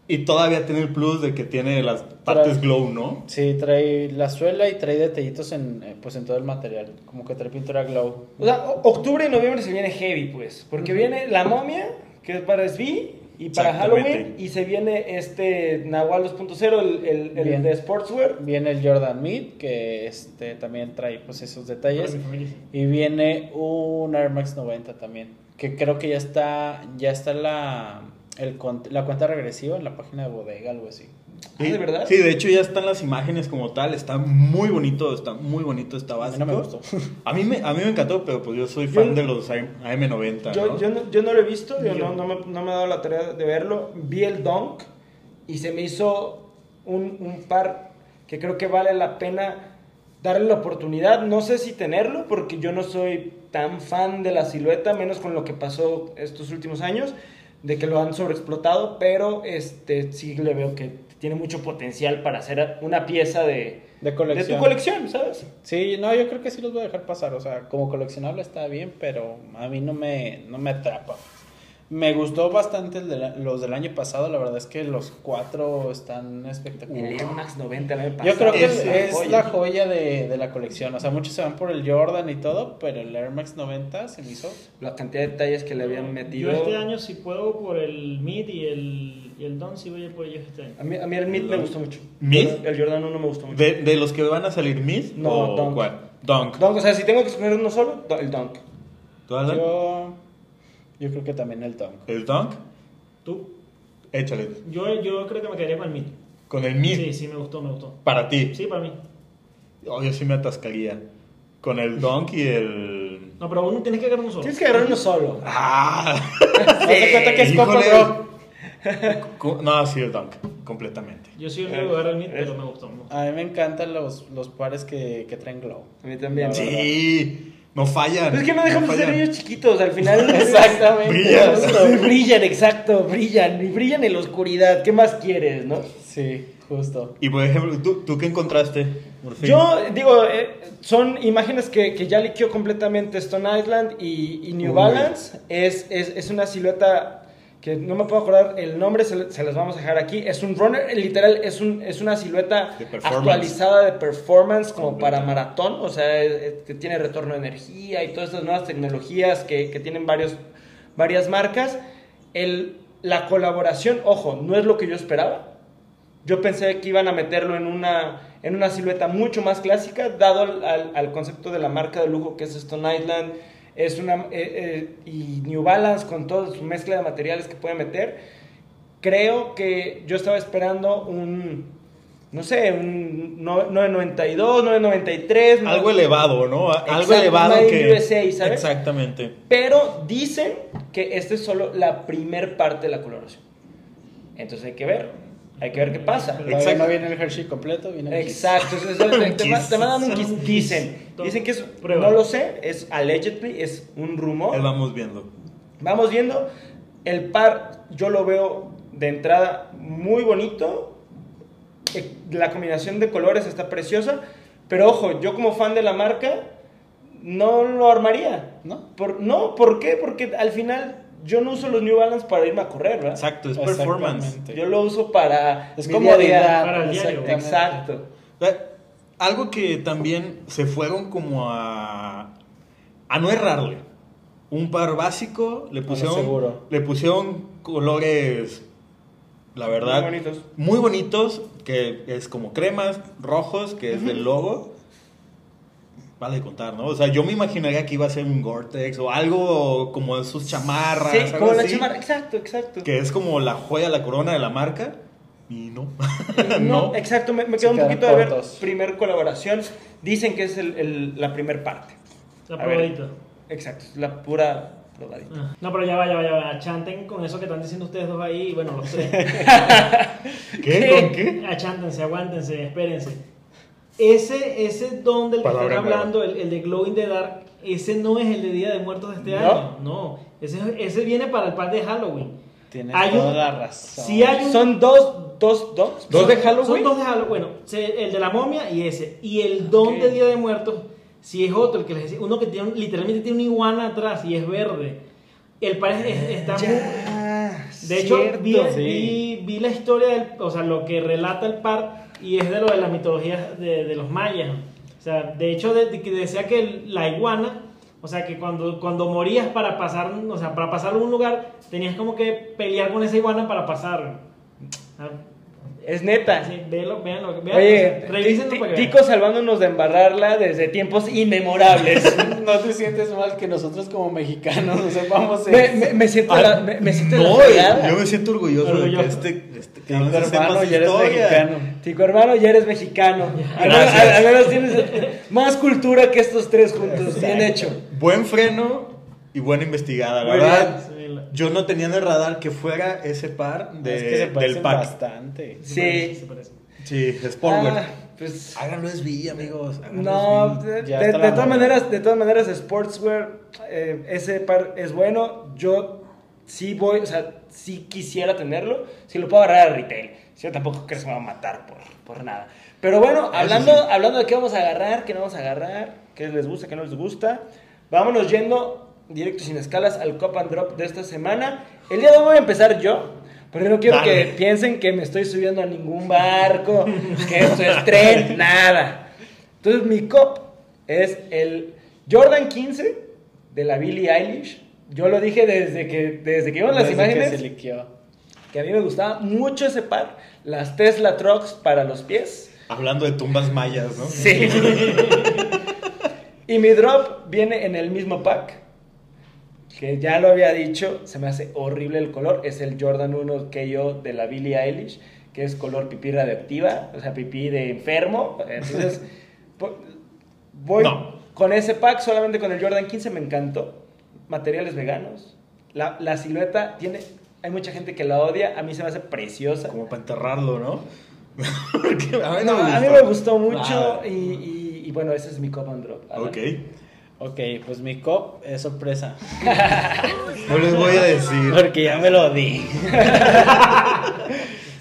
Speaker 3: Y todavía tiene el plus de que tiene las partes glow, ¿no?
Speaker 2: Sí, trae la suela y trae detallitos en, eh, pues en todo el material. Como que trae pintura glow.
Speaker 1: O sea, o- octubre y noviembre se viene heavy, pues. Porque viene la momia, que es para SB y para
Speaker 3: Exactamente.
Speaker 1: Halloween. Y se viene este Nahual 2.0, el, el, el
Speaker 2: Bien.
Speaker 1: de Sportswear.
Speaker 2: Viene el Jordan Mead, que este también trae pues esos
Speaker 4: Para
Speaker 2: detalles.
Speaker 4: mi familia, sí.
Speaker 2: Y viene un Air Max 90 también. Que creo que ya está, ya está la, el, cont- la cuenta regresiva en la página de bodega, algo así.
Speaker 1: Ah, ¿de verdad?
Speaker 3: Sí, de hecho ya están las imágenes como tal. Está muy bonito, está muy bonito, está
Speaker 2: A mí
Speaker 3: básico.
Speaker 2: no me gustó.
Speaker 3: A mí me, a mí me encantó, pero pues yo soy
Speaker 1: Yo-
Speaker 3: fan de los AM90. ¿no?
Speaker 1: Yo, yo, no, yo no lo he visto, yo
Speaker 4: Yo.
Speaker 1: no, no me, no me he dado la tarea de verlo. Vi el Dunk y se me hizo un, un par que creo que vale la pena darle la oportunidad. No sé si tenerlo porque yo no soy tan fan de la silueta, menos con lo que pasó estos últimos años, de que lo han sobreexplotado, pero este, sí le veo que tiene mucho potencial para hacer una pieza de,
Speaker 2: De
Speaker 1: de tu
Speaker 2: colección.
Speaker 1: colección, ¿sabes?
Speaker 2: sí, no, yo creo que sí los voy a dejar pasar. O sea, como coleccionable está bien, pero a mí no me, no me atrapa. Me gustó bastante el de la- los del año pasado, la verdad es que los cuatro están
Speaker 1: El
Speaker 2: espectaculares.
Speaker 1: Air Max 90 el año
Speaker 2: Yo
Speaker 1: pasado.
Speaker 2: creo que es,
Speaker 3: Ese,
Speaker 2: es la joya de, de la colección. O sea, muchos se van por el Jordan y todo, pero el Air Max 90 se me hizo.
Speaker 1: La cantidad de detalles que le habían metido.
Speaker 4: Yo este año si puedo por el Mid y el, y el Don, sí voy a ir por ellos este año.
Speaker 1: A mí, a mí el Mid me gustó mucho.
Speaker 3: ¿Mid?
Speaker 1: El Jordan 1 me gustó mucho.
Speaker 3: ¿De, de los que van a salir Myth?
Speaker 1: No,
Speaker 3: o
Speaker 1: Dunk.
Speaker 3: cuál? Dunk.
Speaker 1: Dunk, o sea, si tengo que escoger uno solo, do- el Dunk.
Speaker 3: ¿Tú, Alan?
Speaker 2: Yo, yo creo que también el Dunk.
Speaker 3: ¿El Dunk?
Speaker 4: ¿Tú?
Speaker 3: Échale.
Speaker 4: Yo, yo creo que me quedaría con el Mid.
Speaker 3: Con el Myth.
Speaker 4: Sí, sí, me gustó, me gustó.
Speaker 3: Para ti.
Speaker 4: Sí, para mí.
Speaker 3: Oh, yo sí me atascaría. Con el Dunk y el.
Speaker 4: No, pero uno tienes que agarrar uno solo.
Speaker 1: Tienes que agarrar uno solo.
Speaker 3: ¡Ah!
Speaker 1: Hazte cuenta que es Coco
Speaker 3: Híjole.
Speaker 1: Drop.
Speaker 3: Co- No, sí, el Dunk. Completamente.
Speaker 4: Yo sí el que agarrar el Mid, pero me gustó. me gustó.
Speaker 2: A mí me encantan los, los pares que, que traen Glow.
Speaker 1: A mí también.
Speaker 3: Sí. No fallan.
Speaker 1: Pero es que no dejamos de ser
Speaker 3: fallan.
Speaker 1: niños chiquitos, al final.
Speaker 2: Exactamente.
Speaker 3: Brilla.
Speaker 1: Justo, brillan, exacto, brillan, y brillan en la oscuridad. ¿Qué más quieres, no?
Speaker 2: Sí, justo.
Speaker 3: Y por ejemplo, ¿tú, tú qué encontraste? por fin?
Speaker 1: Yo digo, eh, son imágenes que, que ya liqueó completamente Stone Island y, y New
Speaker 3: Uy.
Speaker 1: Balance. Es, es, es una silueta que no me puedo acordar el nombre, se, le- se las vamos a dejar aquí. Es un runner, eh, literal, es, un, es una silueta
Speaker 3: De performance.
Speaker 1: actualizada de performance como
Speaker 3: Completa.
Speaker 1: para maratón, o sea, eh, eh, que tiene retorno de energía y todas estas nuevas tecnologías que, que tienen varios, varias marcas. El, la colaboración, ojo, no es lo que yo esperaba. Yo pensé que iban a meterlo en una, en una silueta mucho más clásica, dado al, al- al concepto de la marca de lujo que es Stone Island es una, eh, eh, y New Balance con toda su mezcla de materiales que puede meter. Creo que yo estaba esperando un, no sé, un no- 992, 993.
Speaker 3: Algo
Speaker 1: no-
Speaker 3: elevado, ¿no? A- Algo
Speaker 1: Exacto,
Speaker 3: elevado
Speaker 1: Made in
Speaker 3: que.
Speaker 1: USA, ¿sabes?
Speaker 3: Exactamente.
Speaker 1: Pero dicen que esta es solo la primer parte de la coloración. Entonces hay que ver, hay que ver qué pasa.
Speaker 4: Pero
Speaker 2: Todavía
Speaker 3: Exacto.
Speaker 2: no viene el Hershey completo, viene el Kiss.
Speaker 1: Exacto, eso es- eso es- te, te ma- te mandan un
Speaker 3: Son
Speaker 1: kiss,
Speaker 4: un
Speaker 1: dicen,
Speaker 4: kiss.
Speaker 1: dicen que es,
Speaker 4: Prueba.
Speaker 1: no lo sé, es allegedly, es un rumor.
Speaker 3: Ahí vamos viendo.
Speaker 1: Vamos viendo. El par yo lo veo de entrada muy bonito. Eh, La combinación de colores está preciosa. Pero ojo, yo como fan de la marca no lo armaría.
Speaker 2: ¿No?
Speaker 1: Por- no, ¿por qué? Porque al final yo no uso los New Balance para irme a correr, ¿verdad?
Speaker 3: Exacto, es
Speaker 2: Exactamente.
Speaker 3: performance.
Speaker 1: Yo lo uso para...
Speaker 2: Es
Speaker 1: mi día a día.
Speaker 2: comodidad.
Speaker 4: Para el diario.
Speaker 2: exactamente.
Speaker 1: Exacto.
Speaker 3: Eh, Algo que también se fueron como a. a no errarle. Un par básico, le
Speaker 1: Ah,
Speaker 2: lo
Speaker 3: pusieron.
Speaker 2: seguro.
Speaker 3: Le pusieron colores. La verdad.
Speaker 1: Muy bonitos.
Speaker 3: muy bonitos, Que es como cremas, rojos, que es del logo. Vale de contar, ¿no? O sea, yo me imaginaría que iba a ser un Gore-Tex o algo como sus chamarras.
Speaker 1: Sí,
Speaker 3: algo
Speaker 1: como la
Speaker 3: así,
Speaker 1: chamarra. Exacto, exacto.
Speaker 3: Que es como la joya, la corona de la marca. Y no.
Speaker 1: No, exacto, me, me queda
Speaker 2: Se
Speaker 1: un
Speaker 2: quedan
Speaker 1: poquito de ver
Speaker 2: cortos.
Speaker 1: primer colaboración. Dicen que es el- el- la primer parte.
Speaker 4: La
Speaker 1: A ver.
Speaker 4: probadita.
Speaker 1: Exacto, es la pura probadita.
Speaker 4: Ah, No, pero ya va, ya va, ya va. Achanten con eso que están diciendo ustedes dos ahí. y Bueno, los tres.
Speaker 3: ¿Qué? ¿Con qué?
Speaker 4: Achántense, aguántense, espérense. Ese, ese don del que
Speaker 3: Palabra
Speaker 4: están
Speaker 3: nueva.
Speaker 4: hablando, el, el de Glowing the Dark, ese no es el de Día de Muertos de este
Speaker 1: ¿No?
Speaker 4: año. No, ese, ese viene para el par de Halloween.
Speaker 2: Tienes
Speaker 4: Hay un-
Speaker 2: toda la razón.
Speaker 4: Sí hay un-
Speaker 1: Son dos, dos, dos.
Speaker 3: ¿Dos de
Speaker 1: Son-
Speaker 4: Son
Speaker 1: Halloween?
Speaker 4: dos de Halloween. Bueno, se- el de la momia y ese. Y el don
Speaker 1: Ok.
Speaker 4: de Día de Muertos, si es otro, el que les decía, uno que tiene, un- literalmente tiene una iguana atrás y es verde. El par es- es- está muy,
Speaker 1: Ya,
Speaker 4: De hecho, vi,
Speaker 1: cierto.
Speaker 4: vi- vi la historia, del, o sea, lo que relata el par y es de lo de la mitología de, de los mayas. O sea, de hecho, de- de que decía que el- la iguana, o sea, que cuando, cuando morías para pasar, o sea, para pasar a un lugar, tenías como que pelear con esa iguana para pasar. O sea,
Speaker 1: Es neta.
Speaker 4: así, véanlo, véanlo, véanlo.
Speaker 1: Oye,
Speaker 4: revísenlo
Speaker 1: ti-
Speaker 4: para que vean.
Speaker 1: Tico salvándonos de embarrarla desde tiempos inmemorables.
Speaker 2: No te sientes mal que nosotros como mexicanos no sepamos
Speaker 1: me,
Speaker 2: eso.
Speaker 1: me- me siento
Speaker 3: Ah,
Speaker 1: la, me, me siento
Speaker 3: no,
Speaker 1: la
Speaker 3: eh,
Speaker 1: fregada.
Speaker 3: yo me siento orgulloso, de
Speaker 4: Orgulloso.
Speaker 3: que este, este
Speaker 2: Tu
Speaker 3: cabrón se sepa
Speaker 2: hermano
Speaker 3: su
Speaker 2: ya eres
Speaker 3: historia.
Speaker 2: mexicano.
Speaker 1: Tico hermano, ya eres mexicano. Al menos,
Speaker 3: Gracias.
Speaker 1: al- al menos tienes más cultura que estos tres juntos. Bien hecho.
Speaker 3: Buen freno y buena investigada,
Speaker 1: Muy
Speaker 3: ¿verdad?
Speaker 4: bien. Sí, la-
Speaker 3: Yo no tenía en el radar que fuera ese par de,
Speaker 2: Es que se
Speaker 3: del
Speaker 2: parecen
Speaker 3: pack.
Speaker 2: bastante.
Speaker 1: Sí.
Speaker 4: parece, se parece.
Speaker 3: Sí, Sportwear.
Speaker 1: Ah, pues
Speaker 3: Háganlo es vi, amigos. háganlo
Speaker 1: No,
Speaker 3: es vi.
Speaker 1: de,
Speaker 2: Ya
Speaker 1: de-
Speaker 2: está
Speaker 1: de
Speaker 2: la
Speaker 1: todas
Speaker 2: moda.
Speaker 1: maneras, de todas maneras, Sportswear, eh, ese par es bueno. Yo sí voy, o sea, sí quisiera tenerlo. Si lo puedo agarrar a retail. Si yo tampoco creo que se me va a matar por, por nada. Pero bueno, hablando,
Speaker 3: sí.
Speaker 1: hablando de qué vamos a agarrar, qué no vamos a agarrar, qué les gusta, qué no les gusta. Vámonos yendo directo y sin escalas al Cop and Drop de esta semana. El día de hoy voy a empezar yo, pero no quiero
Speaker 3: Dale.
Speaker 1: que piensen que me estoy subiendo a ningún barco, que esto es tren, nada. Entonces mi cop es el Jordan 15 de la Billie Eilish. Yo lo dije desde que desde que iban las
Speaker 2: Desde
Speaker 1: imágenes
Speaker 2: Que se liqueó.
Speaker 1: que a mí me gustaba mucho ese par, las Tesla Trucks para los pies.
Speaker 3: Hablando de tumbas mayas, ¿no?
Speaker 1: Sí. y mi drop viene en el mismo pack. Que ya lo había dicho, se me hace horrible el color. Es el Jordan 1 KO de la Billie Eilish, que es color pipí radioactiva, o sea, pipí de enfermo. Entonces, po- voy
Speaker 3: No.
Speaker 1: con ese pack, solamente con el Jordan 15 me encantó. Materiales veganos. La, la silueta tiene. Hay mucha gente que la odia, a mí se me hace preciosa.
Speaker 3: Como para enterrarlo, ¿no? Porque a mí
Speaker 1: No,
Speaker 3: no, me
Speaker 1: a mí
Speaker 3: gustó.
Speaker 1: me gustó mucho
Speaker 2: Ah.
Speaker 1: y, y- y bueno, ese es mi cop and drop. Alan.
Speaker 3: Ok.
Speaker 2: Ok, pues mi cop es sorpresa.
Speaker 3: No les voy a decir.
Speaker 2: Porque ya me lo di.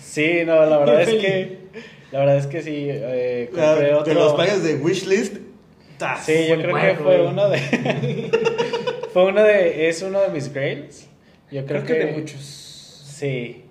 Speaker 2: sí, no, la verdad es que. La verdad es que sí. eh,
Speaker 3: Ah,
Speaker 2: compré
Speaker 3: De
Speaker 2: otro.
Speaker 3: los pagas de Wishlist. ta,
Speaker 2: Sí, yo
Speaker 4: Muy
Speaker 2: creo que
Speaker 4: bueno,
Speaker 2: fue
Speaker 4: güey.
Speaker 2: uno de. fue uno de. Es uno de mis grails. Yo creo,
Speaker 1: Creo que de muchos.
Speaker 2: Sí.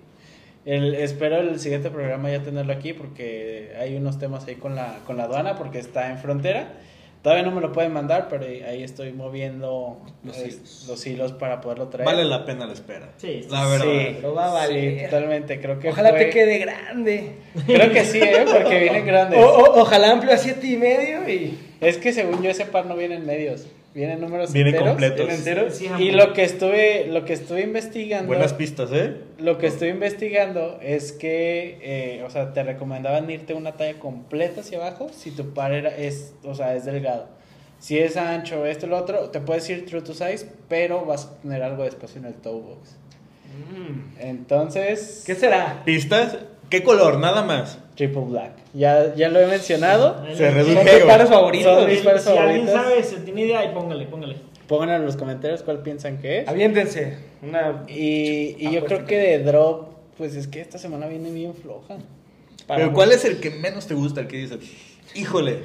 Speaker 2: El- espero el siguiente programa ya tenerlo aquí porque hay unos temas ahí con la, con la aduana porque está en frontera. Todavía no me lo pueden mandar, pero ahí ahí estoy moviendo
Speaker 1: Los
Speaker 2: eh,
Speaker 1: hilos.
Speaker 2: los hilos para poderlo traer.
Speaker 3: Vale la pena la espera.
Speaker 4: Sí,
Speaker 3: la verdad.
Speaker 2: Sí,
Speaker 1: Lo va a valer.
Speaker 2: sí, totalmente. Creo que
Speaker 1: Ojalá
Speaker 2: fue-
Speaker 1: te quede grande.
Speaker 2: Creo que sí, ¿eh? Porque vienen grandes.
Speaker 1: O- o- ojalá amplio a siete y medio y.
Speaker 2: Es que según yo ese par no vienen medios, vienen números
Speaker 3: Viene
Speaker 2: enteros.
Speaker 3: completo.
Speaker 1: ¿En entero?
Speaker 4: Sí,
Speaker 2: Y lo que estuve, lo que estuve investigando,
Speaker 3: Buenas pistas, ¿eh?
Speaker 2: lo que estuve investigando es que, eh, o sea, te recomendaban irte una talla completa hacia abajo si tu par era, es, o sea, es delgado. Si es ancho, esto, lo otro, te puedes ir true to size, pero vas a tener algo de espacio en el toe box.
Speaker 1: Mm.
Speaker 2: Entonces,
Speaker 1: ¿Qué será?
Speaker 3: ¿Pistas? ¿Qué color? Nada más.
Speaker 2: triple black. Ya, ya lo he mencionado.
Speaker 4: Ahí
Speaker 3: Se
Speaker 4: lo-
Speaker 3: reduce.
Speaker 1: Son tus
Speaker 3: Ligero.
Speaker 1: pares favoritos.
Speaker 2: Son
Speaker 4: Si
Speaker 2: mis pares
Speaker 4: alguien
Speaker 2: favoritos.
Speaker 4: sabe, si tiene idea, y póngale, póngale.
Speaker 2: Pónganlo en los comentarios cuál piensan que es.
Speaker 1: Aviéntense. Una.
Speaker 2: Y, y yo
Speaker 1: Ah,
Speaker 2: creo que de drop, pues es que esta semana viene bien floja.
Speaker 3: Pero ¿cuál es el que menos te gusta? El que dices, híjole,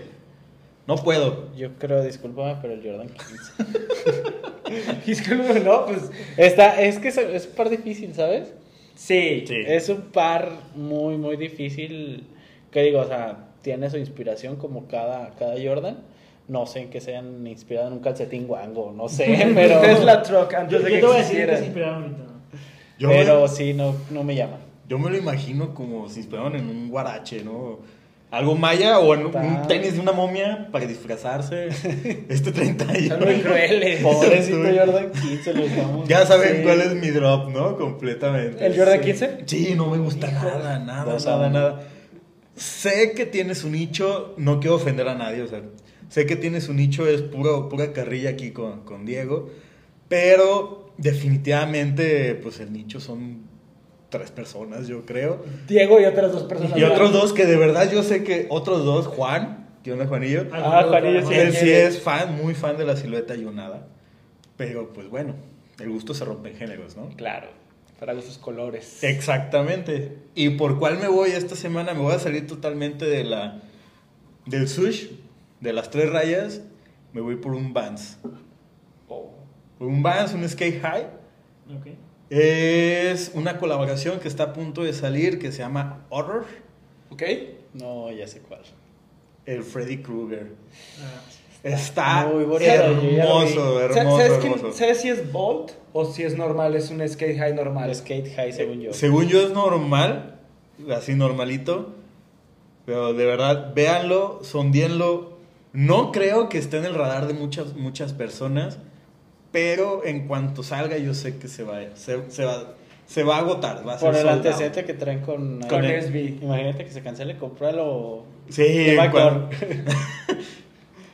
Speaker 3: no puedo.
Speaker 2: Yo creo, discúlpame, pero el Jordan 15.
Speaker 1: es que uno, no, pues.
Speaker 2: Está, es que es, es un par difícil, ¿sabes?
Speaker 1: Sí.
Speaker 3: Sí.
Speaker 2: Es un par muy, muy difícil. Que digo, o sea, tiene su inspiración como cada, cada Jordan. No sé en qué se han inspirado en un calcetín guango, no
Speaker 1: Eh,
Speaker 2: sé, pero,
Speaker 1: Tesla Truck
Speaker 4: Yo,
Speaker 1: antes
Speaker 4: yo
Speaker 1: de que
Speaker 4: te voy a decir que
Speaker 1: existiera.
Speaker 4: se inspiraron ahorita. ¿no?
Speaker 3: Yo,
Speaker 2: pero
Speaker 3: me,
Speaker 2: sí, no, no me llama.
Speaker 3: yo me lo imagino como si estuvieran en un guarache, ¿no? Algo maya o en
Speaker 2: Ta-
Speaker 3: un tenis de una momia para disfrazarse. Este 30
Speaker 1: Son muy
Speaker 3: años.
Speaker 1: crueles.
Speaker 2: Pobrecito
Speaker 3: Estoy-
Speaker 2: Jordan 15, lo estamos.
Speaker 3: Ya saben
Speaker 2: Sí.
Speaker 3: cuál es mi drop, ¿no? Completamente.
Speaker 1: ¿El Jordan
Speaker 2: Sí.
Speaker 1: 15?
Speaker 3: Sí, no me gusta nada, nada,
Speaker 2: Dos a
Speaker 3: nada,
Speaker 2: uno.
Speaker 3: nada. Sé que tienes un nicho, no quiero ofender a nadie, o sea, sé que tienes un nicho, es puro, pura carrilla aquí con, con Diego, pero definitivamente, pues el nicho son tres personas, yo creo.
Speaker 1: Diego y otras dos personas.
Speaker 3: Y otros dos que de verdad yo sé que, otros dos, Juan, ¿qué onda Juanillo?
Speaker 1: Ah, Juanillo, sí.
Speaker 3: Él sí
Speaker 1: quiere.
Speaker 3: es fan, muy fan de la silueta, yo nada. Pero pues bueno, el gusto se rompe en géneros, ¿no?
Speaker 1: Claro. Para gustos colores.
Speaker 3: Exactamente. ¿Y por cuál me voy esta semana? Me voy a salir totalmente de la del sush, de las tres rayas. Me voy por un Vans.
Speaker 1: Oh.
Speaker 3: Por un Vans, un Skate High.
Speaker 4: Ok.
Speaker 3: Es una colaboración que está a punto de salir que se llama Horror,
Speaker 1: ¿Ok?
Speaker 2: No, ya sé cuál.
Speaker 3: el Freddy Krueger.
Speaker 4: Ah,
Speaker 3: Está
Speaker 2: muy bonito, yo ya lo vi.
Speaker 3: hermoso,
Speaker 1: ¿Sabes-
Speaker 3: hermoso,
Speaker 1: ¿Sabes, quién-
Speaker 3: hermoso.
Speaker 1: ¿Sabes si es Bolt o si es normal? Es un skate high normal.
Speaker 2: El skate high, según yo.
Speaker 3: Según yo es normal, así normalito. Pero de verdad, véanlo, sondíenlo. No creo que esté en el radar de muchas, muchas personas. Pero en cuanto salga, yo sé que se va, a- se, se va, se va a agotar. Va a ser
Speaker 2: Por el
Speaker 3: sold out.
Speaker 2: antecedente que traen con,
Speaker 1: Con
Speaker 2: Iron-
Speaker 1: SB.
Speaker 2: Imagínate que se cancele, cómpralo.
Speaker 3: Sí,
Speaker 2: Te va a
Speaker 3: en cuan-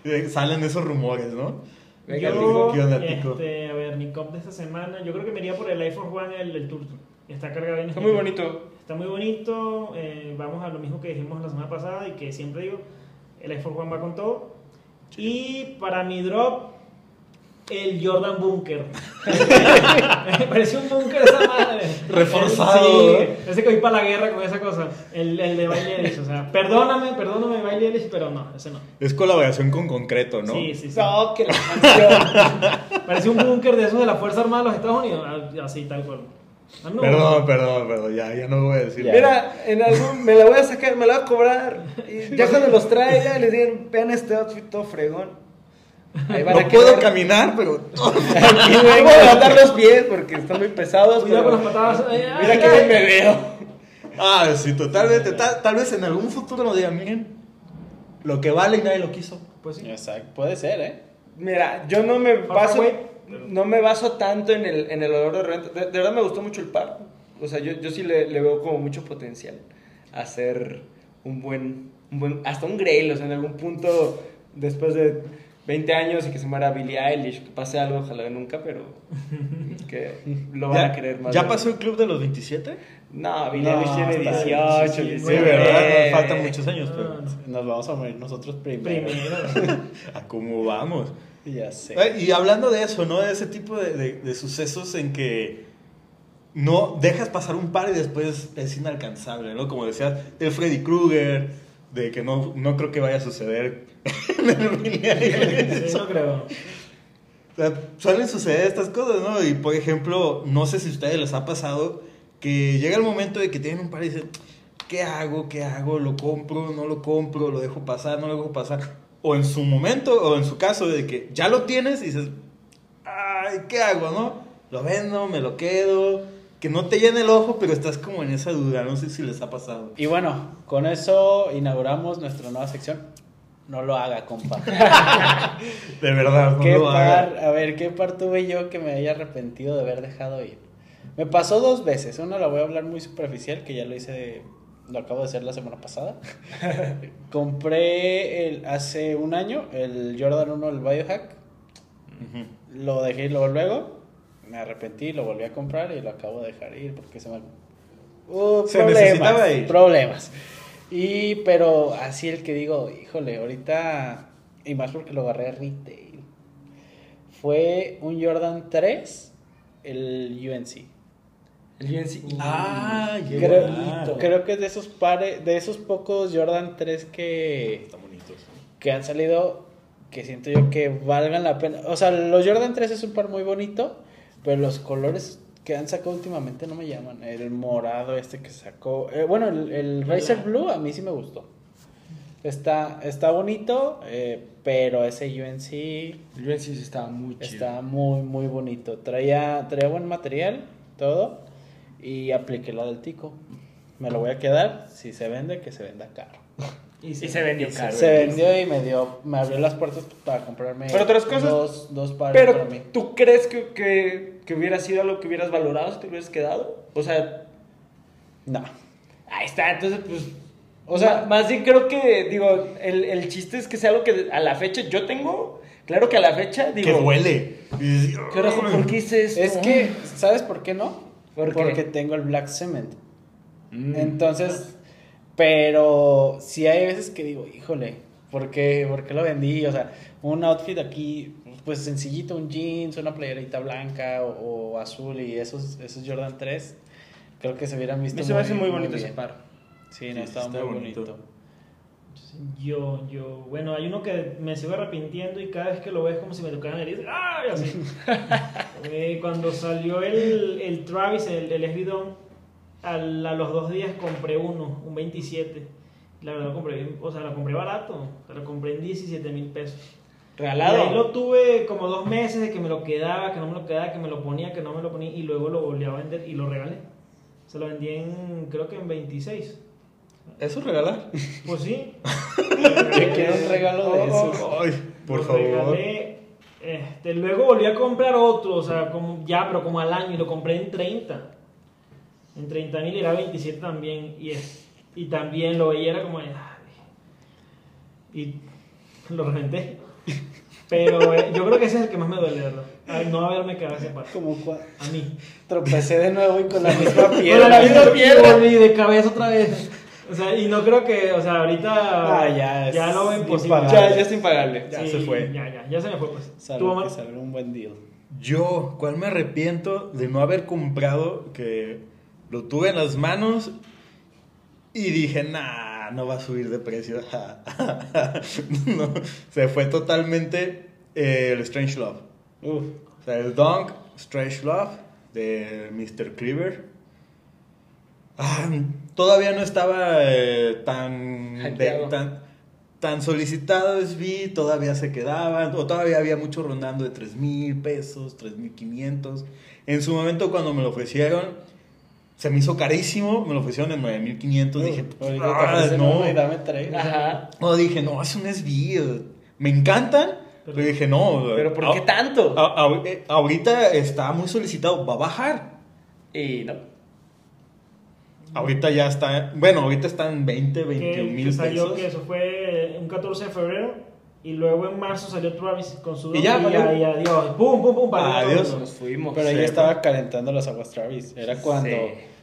Speaker 3: eh, salen esos rumores, ¿no?
Speaker 1: Venga,
Speaker 4: yo,
Speaker 3: Tico, ¿qué onda, Tico?
Speaker 4: este, a ver, mi cop de esta semana, yo creo que me iría por el iPhone One, el, el Turtle. Está cargado bien.
Speaker 1: Está muy bonito.
Speaker 4: Está muy bonito. eh, vamos a lo mismo que dijimos la semana pasada y que siempre digo, el iPhone One va con todo. Y para mi drop, el Jordan Bunker. Me Parecía un bunker esa madre.
Speaker 3: Reforzado.
Speaker 4: Sí, ese que voy para la guerra con esa cosa. El, el de Bailey Ellis. O sea, perdóname, perdóname Bailey Ellis, pero no, ese no.
Speaker 3: Es colaboración con concreto, ¿no?
Speaker 4: Sí, sí, sí.
Speaker 2: No, que la canción.
Speaker 4: Parecía un búnker de esos de la Fuerza Armada de los Estados Unidos. Ah, Así, tal cual. A mí no me
Speaker 3: Perdón, perdón, perdón, ya, ya no voy a decir.
Speaker 2: Ya.
Speaker 1: Mira, en algún, me la voy a sacar, me la voy a cobrar. Y ya cuando los trae, ya les digan, vean este outfit todo fregón. Ahí van
Speaker 3: No
Speaker 1: a
Speaker 3: puedo
Speaker 1: quedar-
Speaker 3: caminar, pero.
Speaker 1: Aquí vengo a levantar los pies porque están muy pesados.
Speaker 4: Cuidado
Speaker 1: pero-
Speaker 4: con las patadas. Eh, ah, Ay, ay,
Speaker 1: Mira que
Speaker 4: ay.
Speaker 1: bien me veo.
Speaker 3: Ah, sí, totalmente. Tal, tal vez en algún futuro nos digan, miren, lo que vale y nadie lo quiso.
Speaker 4: Pues sí.
Speaker 2: Exacto, puede ser, ¿eh?
Speaker 1: Mira, yo no me
Speaker 4: Far
Speaker 1: baso,
Speaker 4: away.
Speaker 1: no me baso tanto en el, en el olor de renta. De, de verdad me gustó mucho el par. O sea, yo, yo sí le, le veo como mucho potencial a ser un buen, un buen, hasta un Grail. O sea, en algún punto, después de 20 años y que se muera Billie Eilish, que pase algo, ojalá nunca, pero que lo van
Speaker 3: ¿Ya,
Speaker 1: a querer más.
Speaker 3: ¿Ya
Speaker 1: de-
Speaker 3: pasó el club de los 27?
Speaker 1: No, Billie
Speaker 2: No,
Speaker 1: Eilish tiene
Speaker 2: está
Speaker 1: 18,
Speaker 2: difícil,
Speaker 3: Sí,
Speaker 2: güey.
Speaker 1: 19.
Speaker 3: ¿verdad? Nos faltan muchos años,
Speaker 4: No,
Speaker 3: pero.
Speaker 4: no.
Speaker 2: Nos vamos a morir nosotros primero.
Speaker 4: Primero.
Speaker 3: ¿A cómo vamos?
Speaker 2: Ya sé.
Speaker 3: Eh, Y hablando de eso, ¿no? De ese tipo de, de- de sucesos en que no dejas pasar un par y después es inalcanzable, ¿no? Como decías, de Freddy Krueger, de que no, no creo que vaya a suceder en el Billie
Speaker 4: Sí, no creo.
Speaker 3: O sea, suelen suceder estas cosas, ¿no? Y por ejemplo, no sé si a ustedes les ha pasado que llega el momento de que tienen un par y dicen, ¿qué hago? ¿Qué hago? ¿Lo compro? ¿No lo compro? ¿Lo dejo pasar? ¿No lo dejo pasar? O en su momento, o en su caso, de que ya lo tienes y dices, ay, ¿qué hago? ¿No? ¿Lo vendo? ¿Me lo quedo? Que no te llene el ojo, pero estás como en esa duda, no sé si les ha pasado.
Speaker 2: Y bueno, con eso inauguramos nuestra nueva sección. No lo haga, compa.
Speaker 3: De verdad, no
Speaker 2: ¿Qué
Speaker 3: lo hagan.
Speaker 2: par, a ver, ¿qué par tuve yo que me haya arrepentido de haber dejado ir? Me pasó dos veces. Una la voy a hablar muy superficial, que ya lo hice, lo acabo de hacer la semana pasada. Compré el, hace un año el Jordan 1, el Biohack.
Speaker 3: Ujú.
Speaker 2: Lo dejé y luego, luego me arrepentí, lo volví a comprar y lo acabo de dejar ir porque se me... Uh,
Speaker 3: Se
Speaker 2: problemas,
Speaker 3: necesitaba ir.
Speaker 2: Problemas. Y, pero así el que digo, híjole, ahorita, y más porque lo agarré retail, fue un Jordan 3, el UNC.
Speaker 1: El UNC.
Speaker 3: Ah, qué
Speaker 2: Creo,
Speaker 3: bonito.
Speaker 2: creo que es de esos pares, de esos pocos Jordan 3 que,
Speaker 3: Está bonito.
Speaker 2: que han salido que siento yo que valgan la pena. O sea, los Jordan 3 es un par muy bonito, pero los colores que han sacado últimamente no me llaman. El morado este que sacó. eh, bueno, el, el Razer Blue a mí sí me gustó. Está, está bonito, eh, pero ese UNC
Speaker 1: El UNC sí estaba muy chido.
Speaker 2: está muy, muy bonito. Traía, traía buen material, todo, y apliqué la del Tico. Me lo voy a quedar. Si se vende, que se venda caro.
Speaker 4: Y
Speaker 1: Y se vendió caro.
Speaker 2: Se vendió y me dio, me abrió las puertas para comprarme
Speaker 1: Pero otras cosas-
Speaker 2: dos, dos pares para
Speaker 1: Pero,
Speaker 2: mí.
Speaker 1: ¿tú crees que, que, que hubiera sido algo que hubieras valorado si te hubieras quedado? O sea,
Speaker 2: No.
Speaker 1: ahí está, entonces, pues.
Speaker 2: O
Speaker 1: O
Speaker 2: sea-
Speaker 1: sea, más bien creo que, digo, el, el chiste es que sea algo que a la fecha yo tengo. Claro que a la fecha, digo.
Speaker 3: Que duele. Y-
Speaker 1: ¿Qué hora, ¿Por qué hice esto?
Speaker 2: Es que, ¿sabes por qué no?
Speaker 1: ¿Por qué?
Speaker 2: Porque tengo el Black Cement.
Speaker 1: Mm.
Speaker 2: Entonces, pero sí hay veces que digo, híjole, ¿por qué, ¿por qué lo vendí? O sea, un outfit aquí, pues sencillito, un jeans, una playerita blanca o, o azul y esos, esos Jordan 3, creo que se hubieran
Speaker 1: A
Speaker 2: visto
Speaker 1: mí se me hace muy bonito ese
Speaker 2: bien.
Speaker 1: paro.
Speaker 2: Sí,
Speaker 3: Sí,
Speaker 2: no, estaba
Speaker 3: está
Speaker 2: muy
Speaker 3: bonito.
Speaker 2: bonito.
Speaker 4: Yo, yo, bueno, hay uno que me sigo arrepintiendo y cada vez que lo veo es como si me tocaran la nariz. ¡Ah! Y así. Eh, cuando salió el, el Travis, el, el Esri Dawn, al- a los dos días compré uno, un 27. La verdad lo compré bien, o sea, lo compré barato, lo compré en 17 mil pesos. Y ahí
Speaker 1: Regalado.
Speaker 4: lo tuve como dos meses de que me lo quedaba, que no me lo quedaba, que me lo ponía, que no me lo ponía y luego lo volví a vender y lo regalé. Se lo vendí en, creo que en 26.
Speaker 3: ¿Eso es regalar?
Speaker 4: Pues sí.
Speaker 2: Yo quiero un regalo de
Speaker 4: Oh,
Speaker 2: esos.
Speaker 3: Ay, por
Speaker 4: lo
Speaker 3: favor.
Speaker 4: regalé. Este, luego volví a comprar otro, o sea, como, ya, pero como al año, y lo compré en 30. En 30 mil era 27 también, y, es, y también lo veía, era como. "Ay". Y lo reventé. Pero eh, yo creo que ese es el que más me duele, ¿verdad? Al no haberme quedado ese par.
Speaker 2: Como cua-
Speaker 4: A mí.
Speaker 2: Tropecé de nuevo y con la misma
Speaker 4: Pero
Speaker 2: piedra.
Speaker 4: la vida volví de cabeza otra vez. O sea, y no creo que, o sea, ahorita
Speaker 2: Ah, ya es
Speaker 4: ya lo veo imposible.
Speaker 2: impagable.
Speaker 1: Ya, ya es impagable.
Speaker 3: Ya se fue.
Speaker 4: Ya, ya, ya se me fue pues.
Speaker 2: Salvo
Speaker 4: Tú, Omar,
Speaker 2: que salga un buen deal.
Speaker 3: Yo, ¿cuál me arrepiento de no haber comprado? Que lo tuve en las manos y dije, nah, no va a subir de precio. No, se fue totalmente eh, el Strange Love.
Speaker 2: Uf.
Speaker 3: O sea, el Dunk Strange Love de Mr. Cleaver. Ah, todavía no estaba eh, tan, de-
Speaker 1: Hypeado.
Speaker 3: tan tan solicitado es vi, todavía se quedaban, o todavía había mucho rondando de 3 mil pesos, 3 mil 500. En su momento cuando me lo ofrecieron, se me hizo carísimo, me lo ofrecieron en 9 mil 500, dije,
Speaker 2: Uf, ahorita te
Speaker 3: "Ah,
Speaker 2: ofrecen
Speaker 3: no.
Speaker 2: uno y dame tres.
Speaker 1: Ajá.
Speaker 3: No, dije, no, es un SB, me encantan, pero,
Speaker 4: Pero-
Speaker 3: dije, no.
Speaker 1: Pero ¿por qué
Speaker 3: ah,
Speaker 1: tanto?
Speaker 3: a- a- eh, ahorita está muy solicitado, va a bajar.
Speaker 1: Y no.
Speaker 3: Ahorita ya está, bueno, ahorita están 20,
Speaker 4: que-
Speaker 3: 21
Speaker 4: que
Speaker 3: mil
Speaker 4: salió
Speaker 3: pesos.
Speaker 4: que eso fue eh, un 14 de febrero y luego en marzo salió Travis con su
Speaker 3: Y ya,
Speaker 4: y,
Speaker 3: valió.
Speaker 4: y adiós. Pum, pum, pum, valió
Speaker 3: Adiós.
Speaker 4: todo.
Speaker 1: Nos fuimos.
Speaker 2: Pero ahí
Speaker 3: Sí,
Speaker 2: estaba calentando las aguas Travis. Era cuando
Speaker 1: Sí.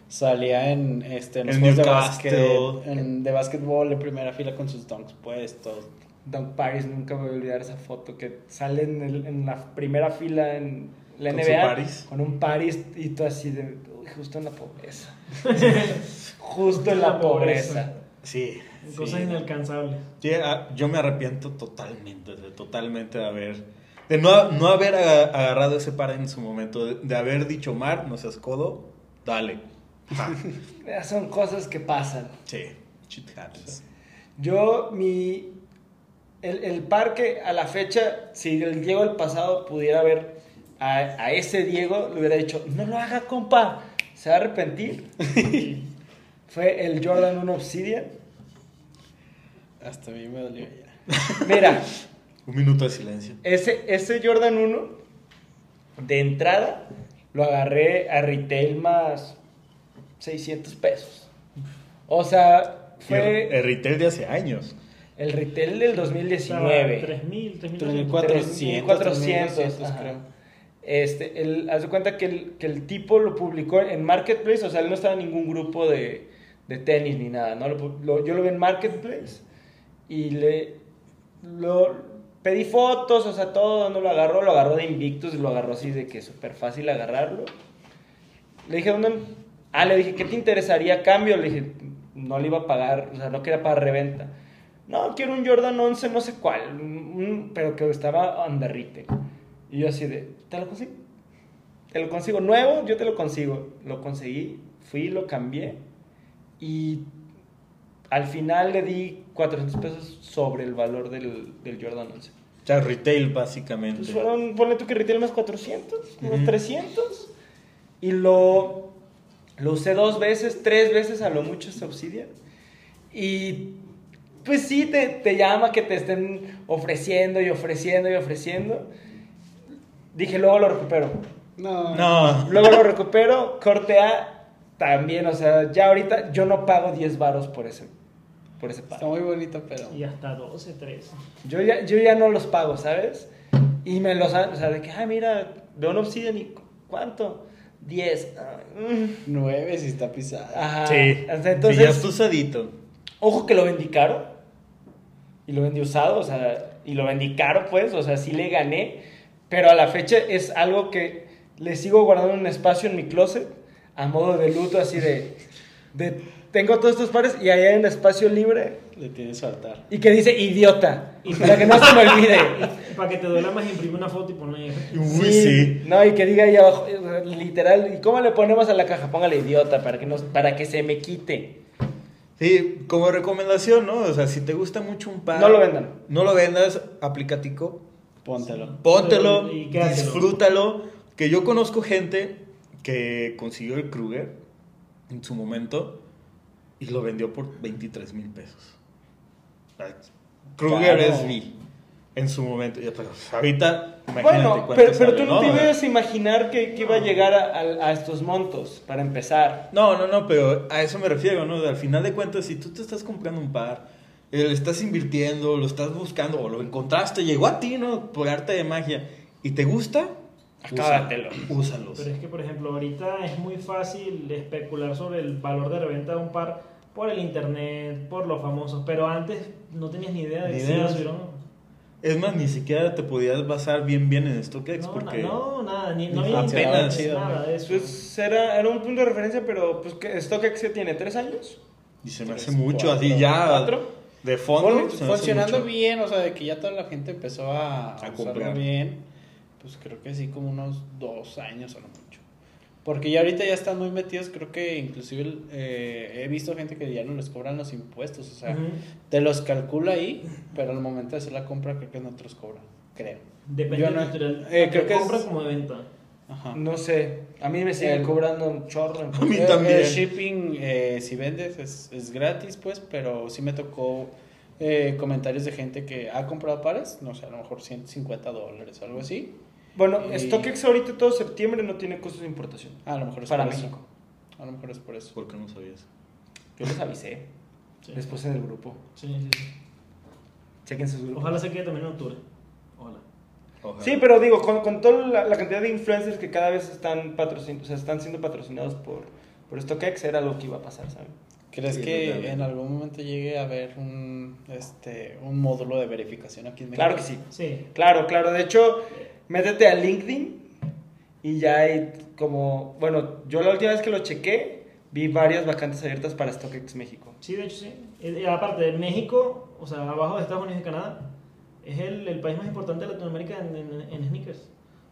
Speaker 2: salía en, este, en los
Speaker 3: En
Speaker 2: juegos de
Speaker 3: Newcastle.
Speaker 2: básquet, en- de básquetbol en primera fila con sus donks puestos.
Speaker 1: Don Paris, nunca voy a olvidar esa foto que sale en, el- en la primera fila en la
Speaker 3: Con su
Speaker 1: NBA
Speaker 3: Paris.
Speaker 1: con un Paris y tú así de uy, justo en la pobreza. justo en la
Speaker 4: La pobreza.
Speaker 1: pobreza.
Speaker 3: Sí.
Speaker 4: Cosas
Speaker 3: sí.
Speaker 4: inalcanzables.
Speaker 3: Sí, ah, yo me arrepiento totalmente, de- totalmente de haber, de no, no haber aga- agarrado ese par en su momento, de, de haber dicho, Mar, no seas codo, dale. Ja,
Speaker 1: Eh, Son cosas que pasan.
Speaker 3: sí, shit happens.
Speaker 1: Yo, mi. El, el parque a la fecha, si el Diego del pasado pudiera ver a, a ese Diego, le hubiera dicho: No lo haga, compa, se va a arrepentir. Fue el Jordan 1 Obsidian.
Speaker 2: Hasta a mí me dolió ya.
Speaker 1: Mira,
Speaker 3: Un minuto de silencio.
Speaker 1: ese, ese Jordan 1, de entrada, lo agarré a retail más 600 pesos. O sea,
Speaker 3: El,
Speaker 1: fue
Speaker 3: el eh, retail de hace años.
Speaker 1: el retail del 2019.
Speaker 4: 3000,
Speaker 2: 3400. 400,
Speaker 4: 3400.
Speaker 1: 400,
Speaker 2: 1200,
Speaker 1: ajá.
Speaker 2: creo.
Speaker 1: Este, el, haz de cuenta que el, que el tipo lo publicó en Marketplace, o sea, él no estaba en ningún grupo de, de tenis ni nada, ¿no? Lo pu- lo- yo lo vi en Marketplace y le lo, pedí fotos, o sea, todo, no lo agarró, lo agarró de Invictus, lo agarró así de que súper fácil agarrarlo. Le dije, ¿dónde? Ah, le dije, ¿qué te interesaría a cambio? Le dije, no le iba a pagar, o sea, no quería pagar reventa. No, quiero un Jordan 11, no sé cuál, un- pero que estaba under retail. Y yo así de, ¿te lo consigo? Te lo consigo, nuevo, yo te lo consigo. Lo conseguí, fui, lo cambié y al final le di 400 pesos sobre el valor del, del Jordan 11.
Speaker 3: O sea, retail básicamente.
Speaker 1: Pues fueron, ponle tú que retail más 400, más
Speaker 3: Ujú.
Speaker 1: 300. Y lo, lo usé dos veces, tres veces a lo mucho esta Obsidian. Y pues sí, te, te llama que te estén ofreciendo y ofreciendo y ofreciendo. Dije, luego lo recupero.
Speaker 2: No.
Speaker 3: No,
Speaker 1: Luego lo recupero, corte A también. O sea, ya ahorita yo no pago 10 varos por ese, por ese par.
Speaker 2: Está muy bonito, pero.
Speaker 4: Y hasta 12, 13.
Speaker 1: Yo ya, yo ya no los pago, ¿sabes? Y me los han, o sea, de que, ah, mira, veo un obsidian y cu- ¿cuánto? 10. Ah, mm.
Speaker 2: Nueve si está pisada.
Speaker 1: Ajá. O
Speaker 3: sí.
Speaker 1: sea,
Speaker 3: sí, ya
Speaker 1: Entonces,
Speaker 3: está usadito.
Speaker 1: ojo que lo vendí caro. Y lo vendí usado, o sea, y lo vendí caro, pues, o sea, sí le gané. Pero a la fecha es algo que le sigo guardando un espacio en mi closet, a modo de luto, así de. de tengo todos estos pares y ahí hay un espacio libre.
Speaker 2: Le tienes su altar.
Speaker 1: Y que dice idiota. Y para que no se me olvide.
Speaker 4: Para que te duela más, imprime una foto y ponle.
Speaker 3: Uy, sí.
Speaker 1: No, y que diga ahí abajo, eh, literal, ¿y cómo le ponemos a la caja? Póngale idiota para que, no, para que se me quite.
Speaker 3: Sí, como recomendación, ¿no? O sea, si te gusta mucho un par.
Speaker 1: No lo vendan.
Speaker 3: No lo vendas, aplicatico.
Speaker 2: Póntelo.
Speaker 3: Póntelo,
Speaker 4: Y quédatelo.
Speaker 3: disfrútalo. Que yo conozco gente que consiguió el Kruger en su momento y lo vendió por 23 mil pesos. Kruger
Speaker 2: Claro.
Speaker 3: es mi en su momento. Ya, pero ahorita, imagínate
Speaker 1: Bueno,
Speaker 3: cuánto
Speaker 1: pero, pero
Speaker 3: sale,
Speaker 1: tú no, te
Speaker 3: O sea,
Speaker 1: ibas a imaginar que, que iba a llegar a, a- a estos montos, para empezar.
Speaker 3: No, no, no, pero a eso me refiero, ¿no? Al final de cuentas, si tú te estás comprando un par, eh, le estás invirtiendo, lo estás buscando, o lo encontraste, llegó a ti, ¿no? Por arte de magia, y te gusta,
Speaker 1: Acábatelo.
Speaker 3: úsalos.
Speaker 4: Pero es que, por ejemplo, ahorita es muy fácil especular sobre el valor de reventa de un par por el internet, por los famosos, pero antes no tenías ni idea de
Speaker 3: Ni
Speaker 4: si
Speaker 3: idea.
Speaker 4: la subieron o no.
Speaker 3: Es más, ni siquiera te podías basar bien bien en StockX
Speaker 4: no,
Speaker 3: porque...
Speaker 4: No, nada, ni,
Speaker 2: ni
Speaker 4: no había
Speaker 2: funcionaba
Speaker 4: internet,
Speaker 2: chido,
Speaker 4: nada de eso.
Speaker 1: Pues era, era un punto de referencia, pero pues que StockX que tiene tres años.
Speaker 3: Y se me
Speaker 2: Tres,
Speaker 3: hace mucho,
Speaker 2: cuatro,
Speaker 3: así ya.
Speaker 1: cuatro.
Speaker 3: De fondo.
Speaker 2: Fun-
Speaker 3: se me hace
Speaker 2: funcionando
Speaker 3: mucho.
Speaker 2: bien, o sea, de que ya toda la gente empezó a, usarlo
Speaker 3: comprar.
Speaker 2: bien, pues creo que sí, como unos dos años o no mucho. Porque ya ahorita ya están muy metidos, creo que inclusive eh, he visto gente que ya no les cobran los impuestos, o sea,
Speaker 4: Ujú.
Speaker 2: te los calcula ahí, pero al momento de hacer la compra creo que no te los cobran, creo.
Speaker 4: Depende
Speaker 2: Yo
Speaker 4: del
Speaker 2: no-
Speaker 4: editorial.
Speaker 2: eh,
Speaker 4: tanto
Speaker 2: creo
Speaker 4: de
Speaker 2: que
Speaker 4: compra
Speaker 2: es-
Speaker 4: como de venta.
Speaker 2: Ajá.
Speaker 1: No sé, a mí me siguen
Speaker 2: Ah. El-
Speaker 1: cobrando un chorro. en-
Speaker 3: A mí
Speaker 2: El-
Speaker 3: también.
Speaker 2: El shipping, eh, si vendes, es, es gratis, pues, pero sí me tocó eh, comentarios de gente que ha comprado pares, no sé, a lo mejor 150 dólares o algo así.
Speaker 1: Bueno,
Speaker 2: Y-
Speaker 1: StockX ahorita todo septiembre no tiene costos de importación.
Speaker 2: Ah, a lo mejor es
Speaker 1: Para
Speaker 2: por
Speaker 1: México.
Speaker 2: eso. A lo mejor es por eso.
Speaker 3: ¿Por qué no sabías?
Speaker 1: Yo les avisé.
Speaker 4: Sí.
Speaker 1: Después en el grupo.
Speaker 4: Sí, sí, sí.
Speaker 1: Chequen sus grupos.
Speaker 4: Ojalá se quede también en octubre. Ojalá.
Speaker 3: Ojalá.
Speaker 1: Sí, pero digo, con, con toda la, la cantidad de influencers que cada vez están patrocin o sea, están siendo patrocinados por, por StockX, era lo que iba a pasar, ¿saben?
Speaker 2: ¿Crees
Speaker 3: Sí,
Speaker 2: que
Speaker 3: totalmente.
Speaker 2: en algún momento llegue a haber un, este, un módulo de verificación aquí en México?
Speaker 1: Claro que sí.
Speaker 4: Sí.
Speaker 1: Claro, claro. De hecho, métete a LinkedIn y ya hay como. Bueno, yo la última vez que lo chequé, vi varias vacantes abiertas para StockX México.
Speaker 4: Sí, de hecho sí. Eh, aparte de México, o sea, abajo de Estados Unidos y Canadá, es el, el país más importante de Latinoamérica en, en- en sneakers.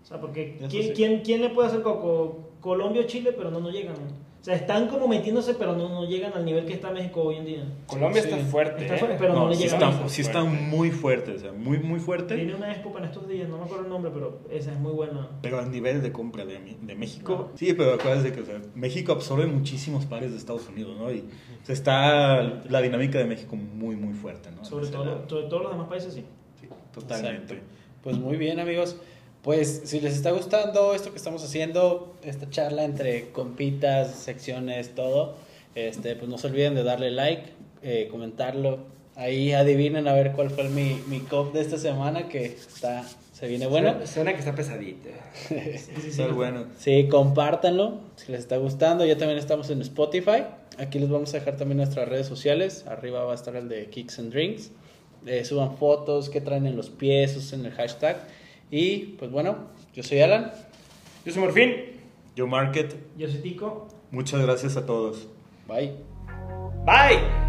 Speaker 4: O sea, porque
Speaker 3: Eso
Speaker 4: ¿quién,
Speaker 3: sí.
Speaker 4: quién, quién le puede hacer coco? Colombia o Chile, pero no, no llegan. O sea, están como metiéndose, pero no, no llegan al nivel que está México hoy en día.
Speaker 1: Colombia
Speaker 2: Sí.
Speaker 1: está fuerte.
Speaker 4: Está
Speaker 1: ¿eh?
Speaker 4: fuerte, pero no,
Speaker 3: No,
Speaker 4: le
Speaker 3: sí
Speaker 4: llegan.
Speaker 1: está-
Speaker 3: están, sí están muy fuertes, o sea, muy, muy fuertes.
Speaker 4: Tiene una expo para estos días, no me acuerdo el nombre, pero esa es muy buena.
Speaker 3: Pero al nivel de compra de, Mi- de México. Sí, pero acuérdense que o sea, México absorbe muchísimos pares de Estados Unidos, ¿no? Y o sea, está la dinámica de México muy, muy fuerte, ¿no?
Speaker 4: Sobre
Speaker 3: Ese lado.
Speaker 4: todo, sobre todos los demás países, sí.
Speaker 3: Sí, totalmente.
Speaker 2: Exacto. Pues muy bien, amigos. Pues si les está gustando esto que estamos haciendo, esta charla entre compitas, secciones, todo, este, pues no se olviden de darle like, eh, comentarlo. Ahí adivinen a ver cuál fue mi, mi cop de esta semana que está, se viene bueno.
Speaker 1: Suena- suena que está pesadita.
Speaker 4: Sí, sí, sí.
Speaker 3: Está bueno.
Speaker 2: Sí, compártanlo si les está gustando. Ya también estamos en Spotify. Aquí les vamos a dejar también nuestras redes sociales. Arriba va a estar el de Kicks and Drinks. Eh, suban fotos, qué traen en los pies, usen el hashtag. Y pues bueno, yo soy Alan.
Speaker 1: Yo soy Morfín.
Speaker 3: Yo Market,
Speaker 4: Yo soy Tico.
Speaker 3: muchas gracias a todos.
Speaker 2: Bye.
Speaker 1: Bye.